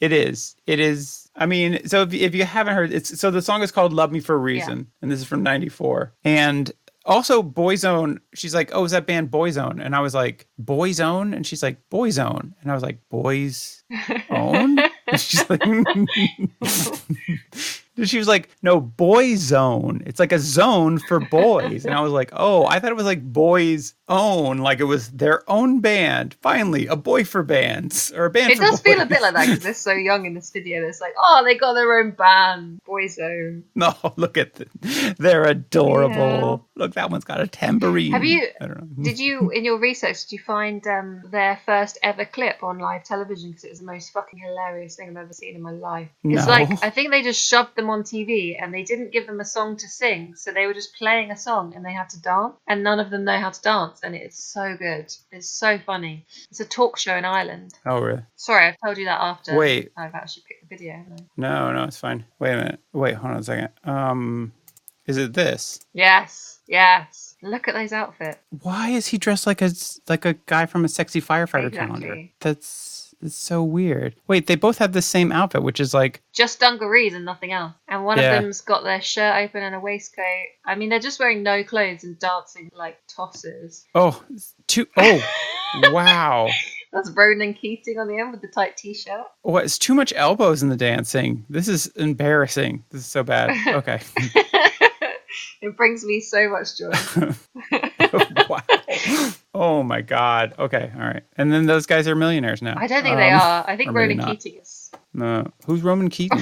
Speaker 1: It is. It is. I mean, so if, if you haven't heard, it's so the song is called "Love Me for a Reason," and this is from '94. And also, Boyzone. She's like, "Oh, is that band Boyzone?" And I was like, "Boyzone," and she's like, "Boyzone," and I was like, "Boys own?" and she's like. And She was like, no, boy zone. It's like a zone for boys. And I was like, oh, I thought it was like boys own, like it was their own band. Finally, a boy for bands or a band
Speaker 2: it
Speaker 1: for
Speaker 2: does feel a
Speaker 1: boys.
Speaker 2: bit like that because they're so young in this video. It's like, oh, they got their own band, Boyzone.
Speaker 1: No, look at them. They're adorable. Look, that one's got a tambourine.
Speaker 2: Have you-
Speaker 1: I don't know.
Speaker 2: Did you, in your research, did you find um, their first ever clip on live television? Because it was the most fucking hilarious thing I've ever seen in my life. It's
Speaker 1: No.
Speaker 2: like I think they just shoved them on TV and they didn't give them a song to sing, so they were just playing a song and they had to dance, and none of them know how to dance, and it's so good. It's so funny. It's a talk show in Ireland.
Speaker 1: Oh, really?
Speaker 2: Sorry, I've told you that after.
Speaker 1: Wait.
Speaker 2: I've actually picked the video. haven't I?
Speaker 1: No, no, it's fine. Wait a minute. Wait, hold on a second. Um, is it this?
Speaker 2: Yes, yes. Look at those outfits.
Speaker 1: Why is he dressed like a s- like a guy from a sexy firefighter calendar?
Speaker 2: Exactly.
Speaker 1: That's it's so weird. Wait, they both have the same outfit, which is like
Speaker 2: Just dungarees and nothing else. And one
Speaker 1: Yeah.
Speaker 2: of them's got their shirt open and a waistcoat. I mean, they're just wearing no clothes and dancing like tosses.
Speaker 1: oh two oh wow.
Speaker 2: That's Ronan Keating on the end with the tight t-shirt.
Speaker 1: What it's too much elbows in the dancing. This is embarrassing. This is so bad. Okay.
Speaker 2: it brings me so much joy.
Speaker 1: wow. Oh my God. Okay. All right. And then those guys are millionaires now.
Speaker 2: I don't think they
Speaker 1: Um,
Speaker 2: are. I think
Speaker 1: or maybe
Speaker 2: Ronan
Speaker 1: not.
Speaker 2: Keating is.
Speaker 1: No. Who's Roman Keating?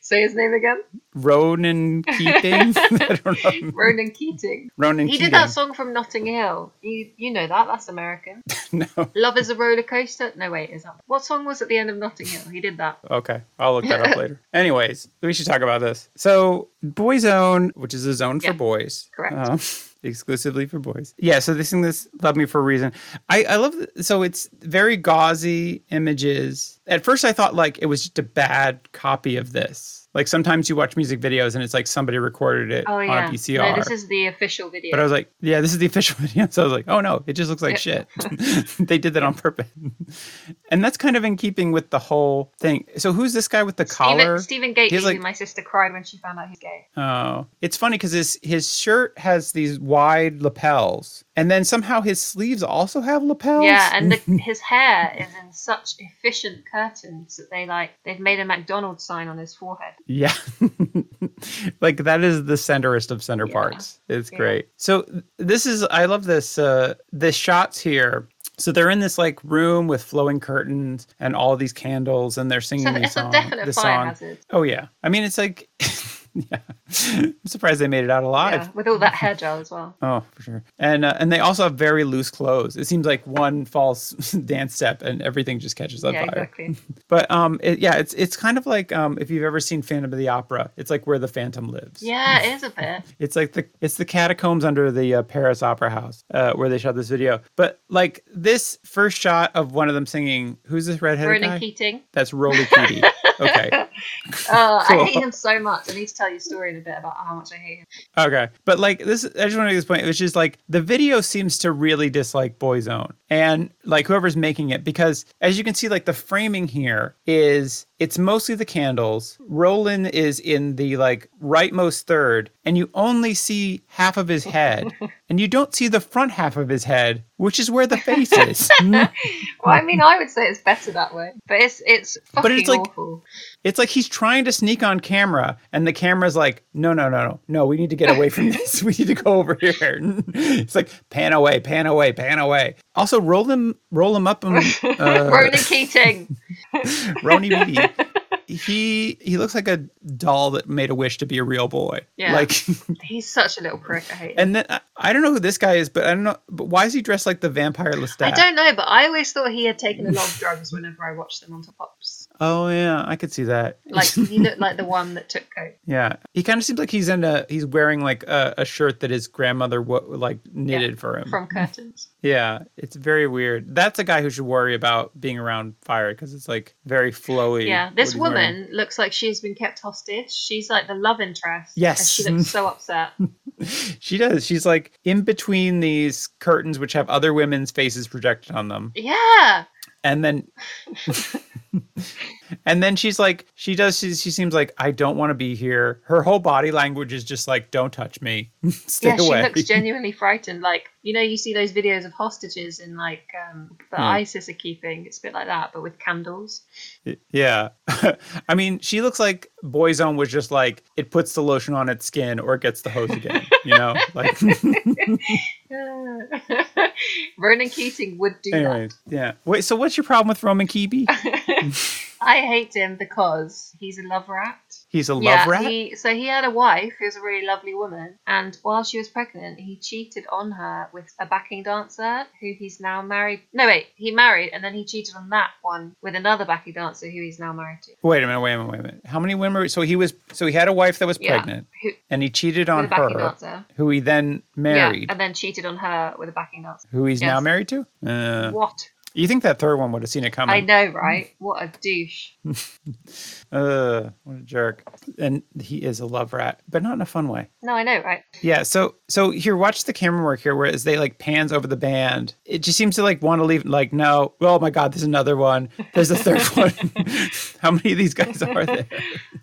Speaker 2: Say his name again.
Speaker 1: Ronan Keating? I don't know.
Speaker 2: Ronan Keating.
Speaker 1: Ronan
Speaker 2: He
Speaker 1: Keating.
Speaker 2: did that song from Notting Hill. You you know that. That's American.
Speaker 1: No.
Speaker 2: Love is a roller coaster. No wait, is that what song was at the end of Notting Hill? He did that.
Speaker 1: Okay. I'll look that up later. Anyways, we should talk about this. So, Boyzone, which is a zone
Speaker 2: Yeah.
Speaker 1: for boys.
Speaker 2: Correct.
Speaker 1: um, exclusively for boys. Yeah. So, they sing this Love Me for a Reason. I, I love th- So, it's very gauzy images. At first, I thought like it was just a bad copy of this. Like sometimes you watch music videos and it's like somebody recorded it
Speaker 2: Oh
Speaker 1: on
Speaker 2: yeah.
Speaker 1: a VCR.
Speaker 2: No, this is the official video.
Speaker 1: But I was like, yeah, this is the official video. So I was like, oh no, it just looks like
Speaker 2: Yeah.
Speaker 1: shit. they did that on purpose. and that's kind of in keeping with the whole thing. So who's this guy with the collar?
Speaker 2: Stephen, Stephen Gately,
Speaker 1: He's like-
Speaker 2: who my sister cried when she found out he's gay.
Speaker 1: Oh, it's funny because his his shirt has these wide lapels, And then somehow his sleeves also have lapels.
Speaker 2: Yeah, and the, his hair is in such efficient curtains that they like they've made a McDonald's sign on his forehead.
Speaker 1: Yeah. like that is the centerest of center
Speaker 2: Yeah.
Speaker 1: parts. It's
Speaker 2: Yeah.
Speaker 1: great. So th- this is I love this uh the shots here. So they're in this like room with flowing curtains and all these candles and they're singing
Speaker 2: So
Speaker 1: these
Speaker 2: it's a
Speaker 1: song,
Speaker 2: definite
Speaker 1: Mm, the
Speaker 2: fire
Speaker 1: song.
Speaker 2: hazard.
Speaker 1: Oh yeah. I mean it's like yeah. I'm surprised they made it out alive.
Speaker 2: Yeah, with all that hair gel as well.
Speaker 1: Oh, for sure. And uh, and they also have very loose clothes. It seems like one false dance step and everything just catches on
Speaker 2: yeah,
Speaker 1: fire.
Speaker 2: exactly.
Speaker 1: But um, it, yeah, it's it's kind of like um, if you've ever seen Phantom of the Opera, it's like where the Phantom lives.
Speaker 2: Yeah, it is a bit.
Speaker 1: It's like the it's the catacombs under the uh, Paris Opera House uh, where they shot this video. But like this first shot of one of them singing, who's this redheaded
Speaker 2: Ronan
Speaker 1: guy?
Speaker 2: Keating.
Speaker 1: That's Roly Keating. okay,
Speaker 2: Oh, I
Speaker 1: Cool.
Speaker 2: hate him so much. I need to tell you a story in a bit about how much I hate him.
Speaker 1: okay. But like this, I just want to make this point, which is like the video seems to really dislike Boyzone and like whoever's making it because as you can see, like the framing here is it's mostly the candles. Roland is in the like rightmost third, and you only see half of his head, and you don't see the front half of his head, which is where the face is.
Speaker 2: Well, I mean, I would say it's better that way, but it's it's fucking
Speaker 1: it's like-
Speaker 2: awful.
Speaker 1: It's like he's trying to sneak on camera, and the camera's like, no, no, no, no, no, we need to get away from this. We need to go over here. it's like, pan away, pan away, pan away. Also, roll him, roll him up and uh,
Speaker 2: Ronan Keating.
Speaker 1: Roni Reed. He he looks like a doll that made a wish to be a real boy.
Speaker 2: Yeah.
Speaker 1: Like,
Speaker 2: He's such a little prick. I hate him.
Speaker 1: and then I, I don't know who this guy is, but I don't know. But why is he dressed like the vampire Lestat?
Speaker 2: I don't know, but I always thought he had taken a lot of drugs whenever I watched them on Top Ups.
Speaker 1: Oh yeah, I could see that.
Speaker 2: Like he looked like the one that took coke.
Speaker 1: Yeah, he kind of seems like he's in a he's wearing like a, a shirt that his grandmother wo- like knitted for him.
Speaker 2: from curtains.
Speaker 1: yeah, it's very weird. That's a guy who should worry about being around fire because it's like very flowy.
Speaker 2: Yeah,
Speaker 1: what
Speaker 2: this
Speaker 1: he's wearing.
Speaker 2: woman looks like she's been kept hostage. She's like the love interest.
Speaker 1: Yes.
Speaker 2: and she looks so upset.
Speaker 1: She does. She's like in between these curtains which have other women's faces projected on them,
Speaker 2: Yeah,
Speaker 1: and then. And then she's like, she does. She, she seems like I don't want to be here. Her whole body language is just like, "Don't touch me, stay
Speaker 2: yeah, she
Speaker 1: away."
Speaker 2: looks genuinely frightened. Like you know, you see those videos of hostages in like um, that
Speaker 1: Hmm.
Speaker 2: ISIS are keeping. It's a bit like that, but with candles.
Speaker 1: Yeah. I mean, she looks like Boyzone was just like, it puts the lotion on its skin or it gets the hose again, you know? Like,
Speaker 2: Yeah. Ronan Keating would do
Speaker 1: anyways, yeah. Wait, so what's your problem with Roman Kibi?
Speaker 2: that. I hate him because he's a love rat.
Speaker 1: He's a love
Speaker 2: yeah,
Speaker 1: rat?
Speaker 2: He, so he had a wife who was a really lovely woman, and while she was pregnant, he cheated on her with a backing dancer who he's now married. No, wait, he married, and then he cheated on that one with another backing dancer who he's now married to.
Speaker 1: Wait a minute, wait a minute, wait a minute. How many women were, so he was, so he had a wife that was
Speaker 2: Yeah,
Speaker 1: pregnant
Speaker 2: who,
Speaker 1: and he cheated on
Speaker 2: with a backing
Speaker 1: her,
Speaker 2: dancer.
Speaker 1: who he then married,
Speaker 2: Yeah, and then cheated on her with a backing dancer.
Speaker 1: who he's now
Speaker 2: yes.
Speaker 1: married to? Uh,
Speaker 2: What?
Speaker 1: you think that third one would have seen it coming?
Speaker 2: I know, right? What a douche.
Speaker 1: Uh, what a jerk. And he is a love rat, but not in a fun way.
Speaker 2: No, I know, right?
Speaker 1: Yeah, so so here, watch the camera work here, whereas they like pans over the band. It just seems to like want to leave. Like, no, oh my god, there's another one. There's a third one. How many of these guys are there?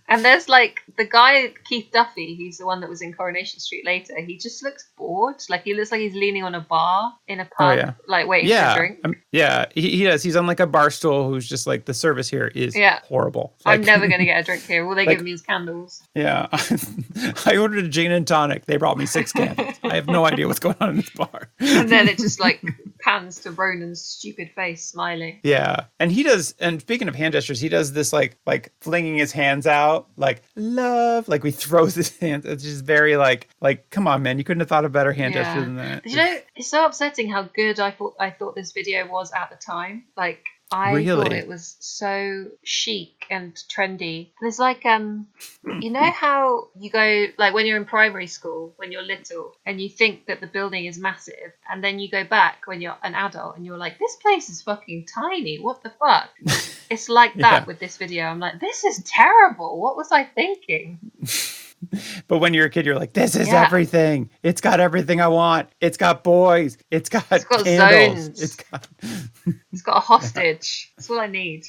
Speaker 2: And there's like the guy Keith Duffy, who's the one that was in Coronation Street later. He just looks bored. Like he looks like he's leaning on a bar in a pub,
Speaker 1: Oh, yeah.
Speaker 2: like waiting for a
Speaker 1: Yeah,
Speaker 2: drink.
Speaker 1: um, yeah, he, he does. He's on like a bar stool. Who's just like the service here is
Speaker 2: Yeah.
Speaker 1: horrible.
Speaker 2: I'm
Speaker 1: Like,
Speaker 2: never going to get a drink here. All they
Speaker 1: like-
Speaker 2: give me is candles.
Speaker 1: Yeah, I ordered a gin and tonic. They brought me six cans. I have no idea what's going on in this bar.
Speaker 2: And then it just like pans to Ronan's stupid face, smiling.
Speaker 1: Yeah. And he does and speaking of hand gestures, he does this like like flinging his hands out, like love, like we throws his hands. It's just very like like come on man, you couldn't have thought of better hand
Speaker 2: Yeah.
Speaker 1: gesture than that.
Speaker 2: But you know, it's so upsetting how good I thought I thought this video was at the time. Like I thought
Speaker 1: Really?
Speaker 2: it was so chic and trendy. There's like um, you know how you go like when you're in primary school when you're little and you think that the building is massive, and then you go back when you're an adult and you're like, this place is fucking tiny. What the fuck? It's like that
Speaker 1: Yeah.
Speaker 2: with this video. I'm like, this is terrible. What was I thinking?
Speaker 1: But when you're a kid, you're like, this is
Speaker 2: Yeah.
Speaker 1: everything. It's got everything I want. It's got boys. It's got,
Speaker 2: It's got
Speaker 1: candles.
Speaker 2: zones.
Speaker 1: It's got
Speaker 2: It's got a hostage. That's all I need.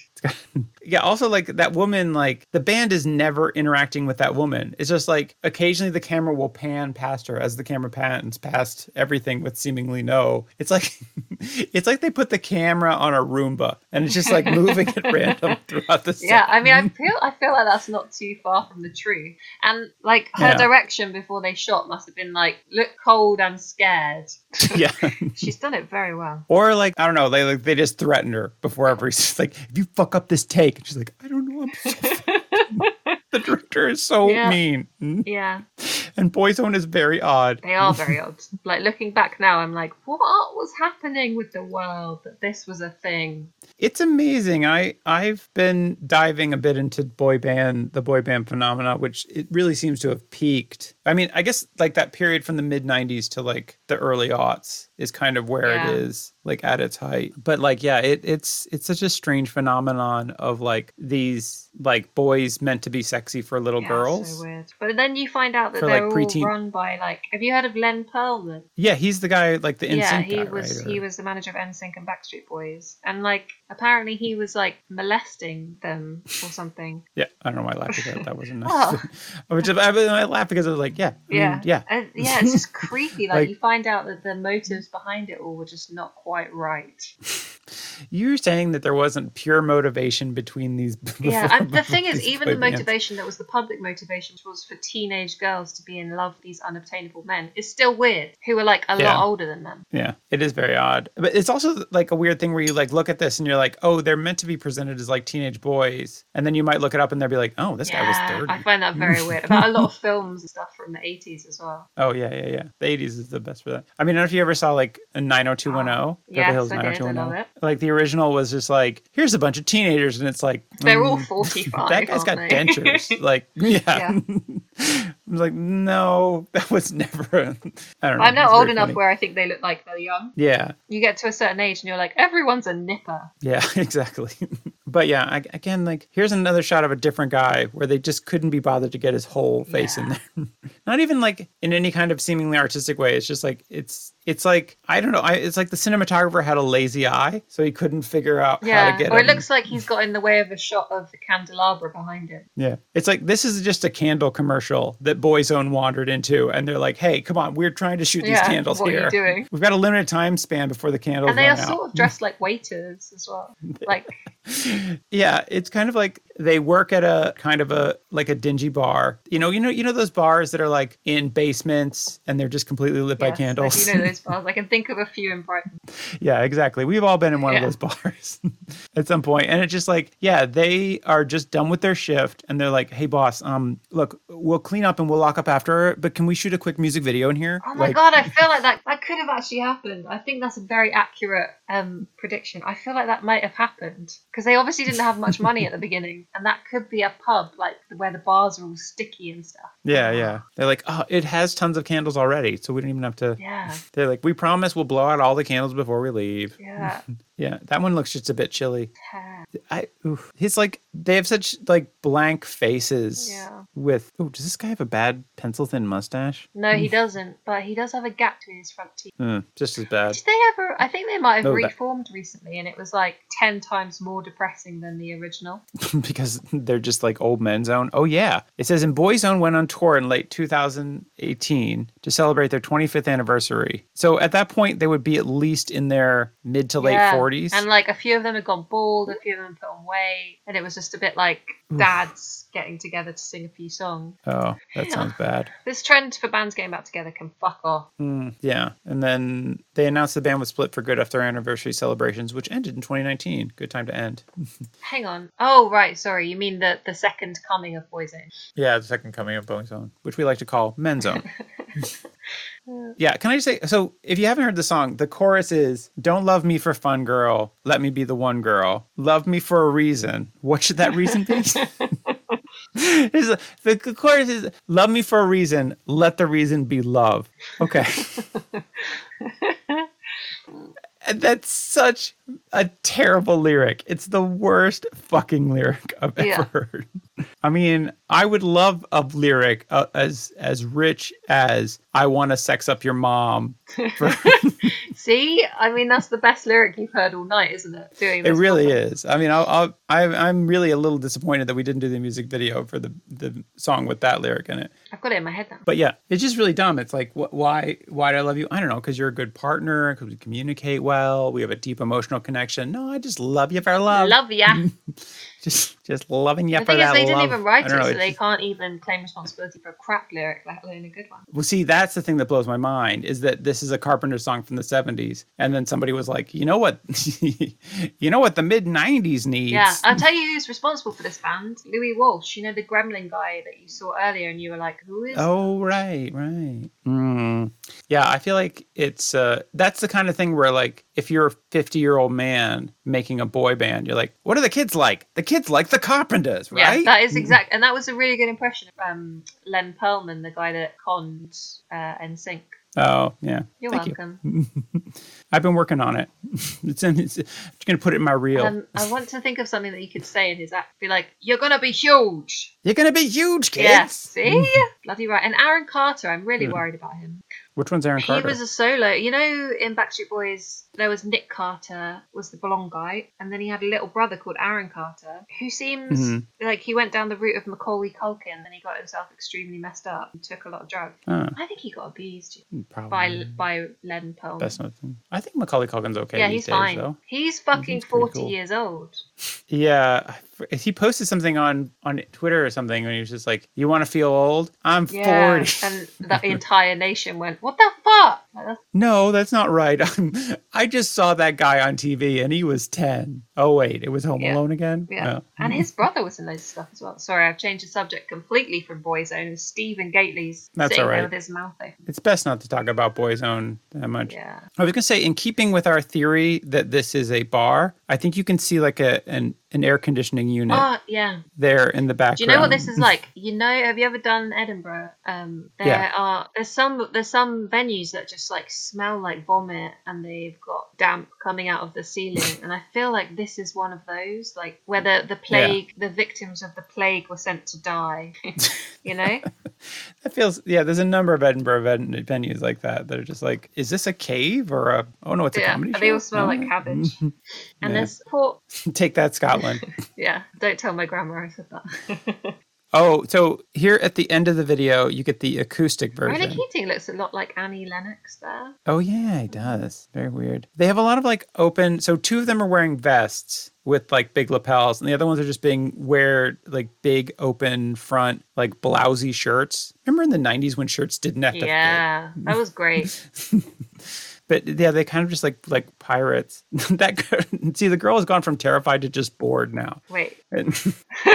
Speaker 1: yeah. Also, like that woman, like the band is never interacting with that woman. It's just like occasionally the camera will pan past her as the camera pans past everything with seemingly no. It's like it's like they put the camera on a Roomba and it's just like moving at random throughout the set.
Speaker 2: Yeah, I mean,
Speaker 1: mm.
Speaker 2: I feel I feel like that's not too far from the truth. And like her
Speaker 1: Yeah.
Speaker 2: direction before they shot must have been like, look cold and scared.
Speaker 1: yeah.
Speaker 2: She's done it very well.
Speaker 1: Or like I don't know, they like they just threatened her before every. She's like, if you fuck up this take, and she's like, I don't know. I'm so the director is so
Speaker 2: Yeah.
Speaker 1: mean,
Speaker 2: Yeah,
Speaker 1: and Boyzone is very odd.
Speaker 2: they are very odd. Like looking back now, I'm like, what was happening with the world that this was a thing?
Speaker 1: It's amazing. I I've been diving a bit into boy band, the boy band phenomena, which it really seems to have peaked. I mean, I guess like that period from the mid '90s to like the early aughts is kind of where
Speaker 2: Yeah.
Speaker 1: it is, like at its height. But like, yeah, it, it's it's such a strange phenomenon of like these like boys meant to be sexy for little
Speaker 2: Yeah,
Speaker 1: girls.
Speaker 2: So weird. But then you find out that
Speaker 1: For, like,
Speaker 2: they're
Speaker 1: preteen-
Speaker 2: all run by like. Have you heard of Len Perlman?
Speaker 1: yeah, he's the guy like the NSYNC
Speaker 2: yeah,
Speaker 1: guy,
Speaker 2: he was
Speaker 1: right?
Speaker 2: he
Speaker 1: Or-
Speaker 2: was the manager of NSYNC and Backstreet Boys, and like apparently he was like molesting them or something.
Speaker 1: Yeah, I don't know why I laughed at that. That wasn't nice.
Speaker 2: Oh.
Speaker 1: I was just I, I laughed because I was like, yeah, I mean,
Speaker 2: Yeah,
Speaker 1: yeah.
Speaker 2: Uh, yeah. It's just creepy. Like,
Speaker 1: Like-
Speaker 2: you find out that the motives behind it all were just not quite right.
Speaker 1: You're saying that there wasn't pure motivation between these.
Speaker 2: Yeah, and the thing is,
Speaker 1: these
Speaker 2: even
Speaker 1: boy
Speaker 2: the
Speaker 1: bands.
Speaker 2: motivation that was the public motivation was for teenage girls to be in love with these unobtainable men is still weird, who are like a
Speaker 1: Yeah.
Speaker 2: lot older than them.
Speaker 1: Yeah, it is very odd, but it's also like a weird thing where you like look at this and you're like, oh, they're meant to be presented as like teenage boys, and then you might look it up and they'll be like, oh, this guy was thirty.
Speaker 2: I find that very weird. About a lot of films and stuff from the 80s as well.
Speaker 1: Oh yeah, yeah, yeah. The eighties is the best for that. I mean, I don't know if you ever saw like a nine hundred two one oh, zero.
Speaker 2: Yes, I did. I love
Speaker 1: oh. Like the original was just like, here's a bunch of teenagers, and it's like
Speaker 2: They're all
Speaker 1: mm,
Speaker 2: 45.
Speaker 1: That guy's
Speaker 2: aren't
Speaker 1: got
Speaker 2: they?
Speaker 1: dentures. Like, yeah. I was like, no, that was never. I don't know.
Speaker 2: I'm
Speaker 1: it's
Speaker 2: not
Speaker 1: very
Speaker 2: old enough
Speaker 1: funny.
Speaker 2: where I think they look like they're young.
Speaker 1: Yeah,
Speaker 2: You get to a certain age and you're like, everyone's a nipper.
Speaker 1: yeah, exactly. but yeah, I, again, like, here's another shot of a different guy where they just couldn't be bothered to get his whole face in there. not even like in any kind of seemingly artistic way. It's just like it's it's like I don't know. I, it's like the cinematographer had a lazy eye, so he couldn't figure out how to
Speaker 2: Yeah.
Speaker 1: get.
Speaker 2: Or it
Speaker 1: him-
Speaker 2: looks like he's got in the way of a shot of the candelabra behind him.
Speaker 1: Yeah. It's like this is just a candle commercial that Boyzone wandered into and they're like, "Hey, come on, we're trying to shoot
Speaker 2: Yeah,
Speaker 1: these candles
Speaker 2: what are you
Speaker 1: here.
Speaker 2: doing?"
Speaker 1: We've got a limited time span before the candles
Speaker 2: And they are
Speaker 1: run out."
Speaker 2: sort of dressed like waiters as well. Like,
Speaker 1: yeah, it's kind of like they work at a kind of a like a dingy bar. You know, you know, you know those bars that are like in basements and they're just completely lit by
Speaker 2: yes, I
Speaker 1: candles.
Speaker 2: do know those bars. I can think of a few in Brighton.
Speaker 1: yeah, exactly. We've all been in one
Speaker 2: Yeah.
Speaker 1: of those bars at some point, and it's just like, yeah, they are just done with their shift, and they're like, "Hey, boss, um, look, we'll clean up and we'll lock up after, but can we shoot a quick music video in here?"
Speaker 2: Oh my
Speaker 1: Like,
Speaker 2: god, I feel like that that could have actually happened. I think that's a very accurate um, prediction. I feel like that might have happened because they obviously didn't have much money at the beginning, and that could be a pub like where the bars are all sticky and stuff.
Speaker 1: Yeah, yeah. They're like, "Oh, it has tons of candles already, so we don't even have to."
Speaker 2: Yeah,
Speaker 1: They're like, "We promise we'll blow out all the candles before we leave."
Speaker 2: yeah.
Speaker 1: Yeah, that one looks just a bit chilly.
Speaker 2: yeah.
Speaker 1: I oof. he's like they have such like blank faces.
Speaker 2: Yeah.
Speaker 1: With oh, does this guy have a bad pencil thin mustache?
Speaker 2: No, he doesn't. But he does have a gap to his front teeth.
Speaker 1: Hmm, just as bad.
Speaker 2: Did they ever? I think they might have
Speaker 1: No, that-
Speaker 2: reformed recently, and it was like ten times more depressing than the original.
Speaker 1: because they're just like old men zone. Oh yeah, it says in Boy Zone went on tour in late 2018 to celebrate their 25th anniversary. So at that point they would be at least in their mid to
Speaker 2: Yeah,
Speaker 1: late 40s.
Speaker 2: And like a few of them had gone bald, a few of them put on weight, and it was just a bit like dads getting together to sing a few songs.
Speaker 1: oh, that sounds bad.
Speaker 2: This trend for bands getting back together can fuck off.
Speaker 1: Hmm, yeah, and then they announced the band was split for good after their anniversary celebrations, which ended in 2019. Good time to end.
Speaker 2: Hang on. Oh right, sorry. You mean the the second coming of Boyzone?
Speaker 1: Yeah, the second coming of Boeing Zone, which we like to call Men's Zone. yeah, can I just say so if you haven't heard the song, the chorus is Don't love me for fun, girl. Let me be the one girl. Love me for a reason. What should that reason be? It's a- the c- chorus is Love me for a reason. Let the reason be love. Okay. And That's such a terrible lyric. It's the worst fucking lyric I've
Speaker 2: Yeah.
Speaker 1: ever heard. I mean, I would love a lyric uh, as as rich as "I want to sex up your mom." For,
Speaker 2: See, I mean that's the best lyric you've heard all night, isn't it? Doing
Speaker 1: it
Speaker 2: this
Speaker 1: really
Speaker 2: proper.
Speaker 1: is. I mean, I'll, I'll, I, I'm really a little disappointed that we didn't do the music video for the the song with that lyric in it.
Speaker 2: I've got it in my head now.
Speaker 1: But yeah, it's just really dumb. It's like, wh- why why do I love you? I don't know, because you're a good partner, because we communicate well, we have a deep emotional connection. No, I just love you for love.
Speaker 2: Love ya.
Speaker 1: Just just loving you
Speaker 2: the
Speaker 1: for
Speaker 2: thing is,
Speaker 1: that
Speaker 2: they didn't
Speaker 1: love.
Speaker 2: even write
Speaker 1: I
Speaker 2: it,
Speaker 1: don't know,
Speaker 2: so
Speaker 1: it's
Speaker 2: they
Speaker 1: just-
Speaker 2: can't even claim responsibility for a crap lyric, let alone a good one.
Speaker 1: Well, see, that's the thing that blows my mind is that this is a Carpenter song from the 70s. And then somebody was like, you know what? you know what the mid 90s needs?
Speaker 2: Yeah, I'll tell you who's responsible for this band Louis Walsh, you know, the gremlin guy that you saw earlier, and you were like, who is.
Speaker 1: Oh right, right. Mm. Yeah, I feel like it's uh that's the kind of thing where like if you're a 50 year old man making a boy band, you're like, what are the kids like? The kids like the Carpenters,
Speaker 2: Yeah,
Speaker 1: right?
Speaker 2: that is exact, and that was a really good impression of um, Len Perlman, the guy that conned uh, NSYNC.
Speaker 1: oh yeah.
Speaker 2: You're
Speaker 1: Thank
Speaker 2: welcome.
Speaker 1: I've been working on it. it's in. It's, I'm just gonna put it in my reel.
Speaker 2: Um, I want to think of something that you could say in his act. Be like, "You're gonna be huge."
Speaker 1: you're gonna be huge, kids.
Speaker 2: Yeah, see, bloody right. And Aaron Carter, I'm really
Speaker 1: Mm.
Speaker 2: worried about him.
Speaker 1: Which one's Aaron Carter?
Speaker 2: He was a solo. You know, in Backstreet Boys, there was Nick Carter, was the blonde guy, and then he had a little brother called Aaron Carter, who seems
Speaker 1: Mhm.
Speaker 2: like he went down the route of Macaulay Culkin, and he got himself extremely messed up and took a lot of drugs.
Speaker 1: Ah,
Speaker 2: I think he got abused
Speaker 1: probably.
Speaker 2: by by Len Pearlman.
Speaker 1: Mm. That's not. I think Macaulay Culkin's okay.
Speaker 2: yeah,
Speaker 1: these
Speaker 2: he's
Speaker 1: days,
Speaker 2: fine.
Speaker 1: Though.
Speaker 2: He's fucking
Speaker 1: He's pretty
Speaker 2: forty
Speaker 1: cool.
Speaker 2: years old.
Speaker 1: Yeah, he posted something on on Twitter or something, and he was just like, "You want to feel old? I'm
Speaker 2: Yeah,
Speaker 1: 40."
Speaker 2: and the entire nation went, "What the fuck?" Like, that's-
Speaker 1: no, that's not right. I'm, I just saw that guy on TV, and he was 10. Oh wait, it was Home
Speaker 2: Yeah.
Speaker 1: Alone again.
Speaker 2: Yeah.
Speaker 1: Oh.
Speaker 2: And his brother was in loads of stuff as well. Sorry, I've changed the subject completely from Boyzone. It's Stephen Gately's
Speaker 1: That's
Speaker 2: sitting
Speaker 1: all right.
Speaker 2: there with his mouth open.
Speaker 1: It's best not to talk about Boyzone that much.
Speaker 2: Yeah.
Speaker 1: I was gonna say, in keeping with our theory that this is a bar, I think you can see like a an, an air conditioning unit
Speaker 2: Oh, yeah.
Speaker 1: there in the background.
Speaker 2: Do you know what this is like? You know, have you ever done Edinburgh? Um, there
Speaker 1: Yeah.
Speaker 2: are there's some there's some venues that just like smell like vomit, and they've got damp coming out of the ceiling. and I feel like this is one of those, like where the the plague, the victims of the plague were sent to die. you know?
Speaker 1: That feels yeah. There's a number of Edinburgh ven- venues like that that are just like, is this a cave or a? Oh no, it's a
Speaker 2: yeah.
Speaker 1: comedy.
Speaker 2: They
Speaker 1: show?
Speaker 2: all smell like
Speaker 1: Oh.
Speaker 2: cabbage. and
Speaker 1: Yeah.
Speaker 2: there's poor
Speaker 1: Take that, Scotland.
Speaker 2: Yeah, don't tell my grandma I said that.
Speaker 1: oh, so here at the end of the video, you get the acoustic
Speaker 2: Riley
Speaker 1: version.
Speaker 2: Keating looks a lot like Annie Lennox there.
Speaker 1: Oh yeah, it does. Very weird. They have a lot of like open. So two of them are wearing vests with like big lapels, and the other ones are just being wear like big open front like blousy shirts. Remember in the '90s when shirts didn't have to fit?
Speaker 2: Yeah, that was great.
Speaker 1: But yeah, they kind of just like like pirates. that girl- see, the girl has gone from terrified to just bored now.
Speaker 2: Wait,
Speaker 1: And,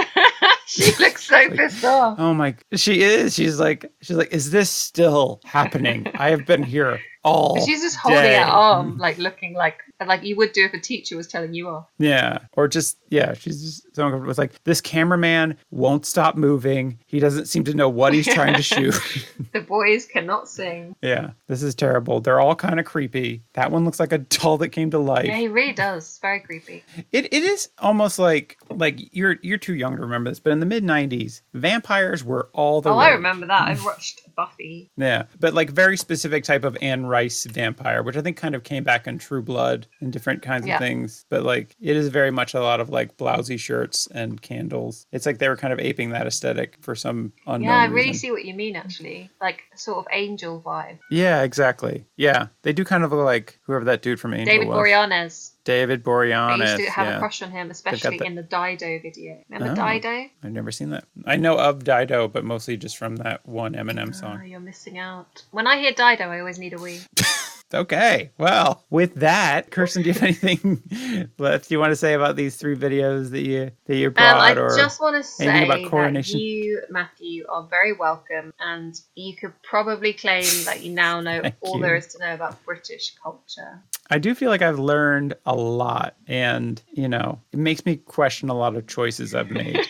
Speaker 2: she looks so pissed off.
Speaker 1: oh my, she is. She's like, she's like, is this still happening? I have been here all.
Speaker 2: She's just holding
Speaker 1: day."
Speaker 2: her arm, like looking like like you would do if a teacher was telling you off.
Speaker 1: Yeah, or just yeah, she's just so uncomfortable. It's like this cameraman won't stop moving. He doesn't seem to know what he's trying to shoot.
Speaker 2: The boys cannot sing.
Speaker 1: yeah, this is terrible. They're all kind of creepy. That one looks like a doll that came to life.
Speaker 2: Yeah, he really does. It's very creepy.
Speaker 1: It it is almost like like you're you're too young to remember this, but in the mid '90s, vampires were all the.
Speaker 2: Oh, I
Speaker 1: rage.
Speaker 2: remember that. I watched Buffy.
Speaker 1: Yeah, but like very specific type of Anne Rice vampire, which I think kind of came back in True Blood and different kinds
Speaker 2: Yeah.
Speaker 1: of things. But like it is very much a lot of like blousy shirts and candles. It's like they were kind of aping that aesthetic for some unknown.
Speaker 2: Yeah, I really
Speaker 1: reason.
Speaker 2: see what you mean. Actually, like sort of angel vibe.
Speaker 1: Yeah, exactly. Yeah, they do kind of look like whoever that dude from Angel
Speaker 2: David
Speaker 1: was.
Speaker 2: Boreanaz.
Speaker 1: David
Speaker 2: I
Speaker 1: Boreanaz.
Speaker 2: used to have
Speaker 1: yeah.
Speaker 2: a crush on him, especially
Speaker 1: the-
Speaker 2: in the Dido video. Remember
Speaker 1: Oh.
Speaker 2: Dido?
Speaker 1: I've never seen that. I know of Dido, but mostly just from that one Eminem
Speaker 2: Oh,
Speaker 1: song.
Speaker 2: you're missing out. When I hear Dido, I always need a wee.
Speaker 1: Okay, well, with that, Kirsten, do you have anything left you want to say about these three videos that you that you
Speaker 2: Um,
Speaker 1: brought?
Speaker 2: I
Speaker 1: or
Speaker 2: just want to say
Speaker 1: anything about
Speaker 2: that
Speaker 1: coronation?
Speaker 2: you, Matthew, are very welcome, and you could probably claim that you now know
Speaker 1: Thank
Speaker 2: all
Speaker 1: you.
Speaker 2: there is to know about British culture.
Speaker 1: I do feel like I've learned a lot, and you know, it makes me question a lot of choices I've made.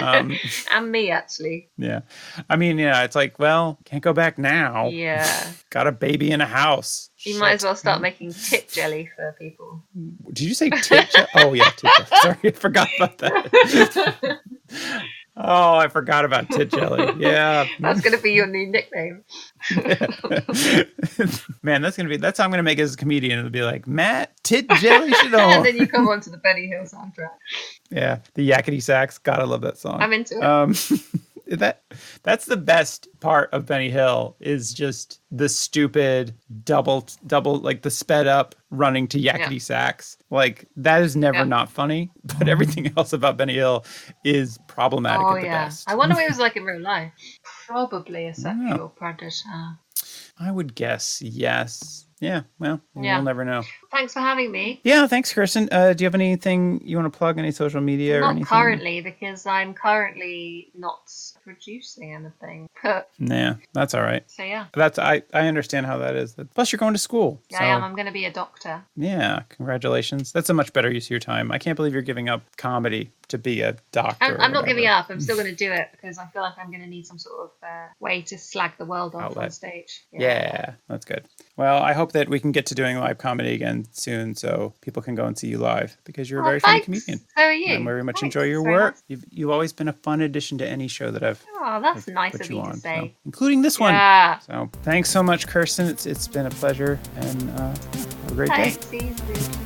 Speaker 1: um,
Speaker 2: and me, actually.
Speaker 1: yeah, I mean, yeah, it's like, well, can't go back now.
Speaker 2: Yeah.
Speaker 1: Got a baby in a house.
Speaker 2: You might
Speaker 1: Shit.
Speaker 2: as well start making tip jelly for people.
Speaker 1: Did you say tip? jo- oh yeah, tip. jo- Sorry, I forgot about that. Oh, I forgot about tit jelly. Yeah.
Speaker 2: That's going to be your new nickname.
Speaker 1: Man, that's gonna be that's how I'm gonna make it as a comedian. It'll be like Matt Tit Jelly
Speaker 2: and
Speaker 1: Shadol.
Speaker 2: then you come on to the Benny Hill soundtrack.
Speaker 1: yeah, the yakety sax. Gotta love that song.
Speaker 2: I'm into it.
Speaker 1: um, that that's the best part of Benny Hill is just the stupid double double like the sped up running to yakety sax. Like that is never
Speaker 2: Yeah.
Speaker 1: not funny, but everything else about Benny Hill is problematic
Speaker 2: oh
Speaker 1: at the
Speaker 2: yeah.
Speaker 1: best.
Speaker 2: I wonder what it was like in real life. Probably a
Speaker 1: don't know.
Speaker 2: sexual predator.
Speaker 1: I would guess yes. Yeah, well,
Speaker 2: Yeah.
Speaker 1: we'll never know.
Speaker 2: Thanks for having me.
Speaker 1: Yeah, thanks, Kirsten. Uh, do you have anything you want to plug? Any social media or
Speaker 2: not
Speaker 1: anything?
Speaker 2: currently because I'm currently not producing anything. But
Speaker 1: Nah, that's all right.
Speaker 2: so yeah,
Speaker 1: That's I, I understand how that is. Plus, you're going to school.
Speaker 2: yeah,
Speaker 1: so,
Speaker 2: I am. I'm going to be a doctor.
Speaker 1: Yeah, congratulations. That's a much better use of your time. I can't believe you're giving up comedy to be a doctor.
Speaker 2: I'm,
Speaker 1: or
Speaker 2: I'm not giving
Speaker 1: whatever.
Speaker 2: up. I'm still going to do it because I feel like I'm going to need some sort of uh, way to slag the world off on
Speaker 1: Outlet.
Speaker 2: stage.
Speaker 1: Yeah, that's good. Well, I hope that we can get to doing live comedy again soon, so people can go and see you live because you're a
Speaker 2: Oh,
Speaker 1: very
Speaker 2: thanks.
Speaker 1: funny comedian.
Speaker 2: So are you.
Speaker 1: I very much
Speaker 2: Thanks.
Speaker 1: enjoy your
Speaker 2: It's very
Speaker 1: work.
Speaker 2: nice.
Speaker 1: You've, you've always been a fun addition to any show that I've
Speaker 2: Oh, that's
Speaker 1: I've
Speaker 2: nice
Speaker 1: put
Speaker 2: of
Speaker 1: you
Speaker 2: you
Speaker 1: on,
Speaker 2: to
Speaker 1: so-
Speaker 2: say.
Speaker 1: including this one.
Speaker 2: Yeah.
Speaker 1: So thanks so much, Kirsten. It's it's been a pleasure and uh, have a great day.
Speaker 2: Thanks. See you soon.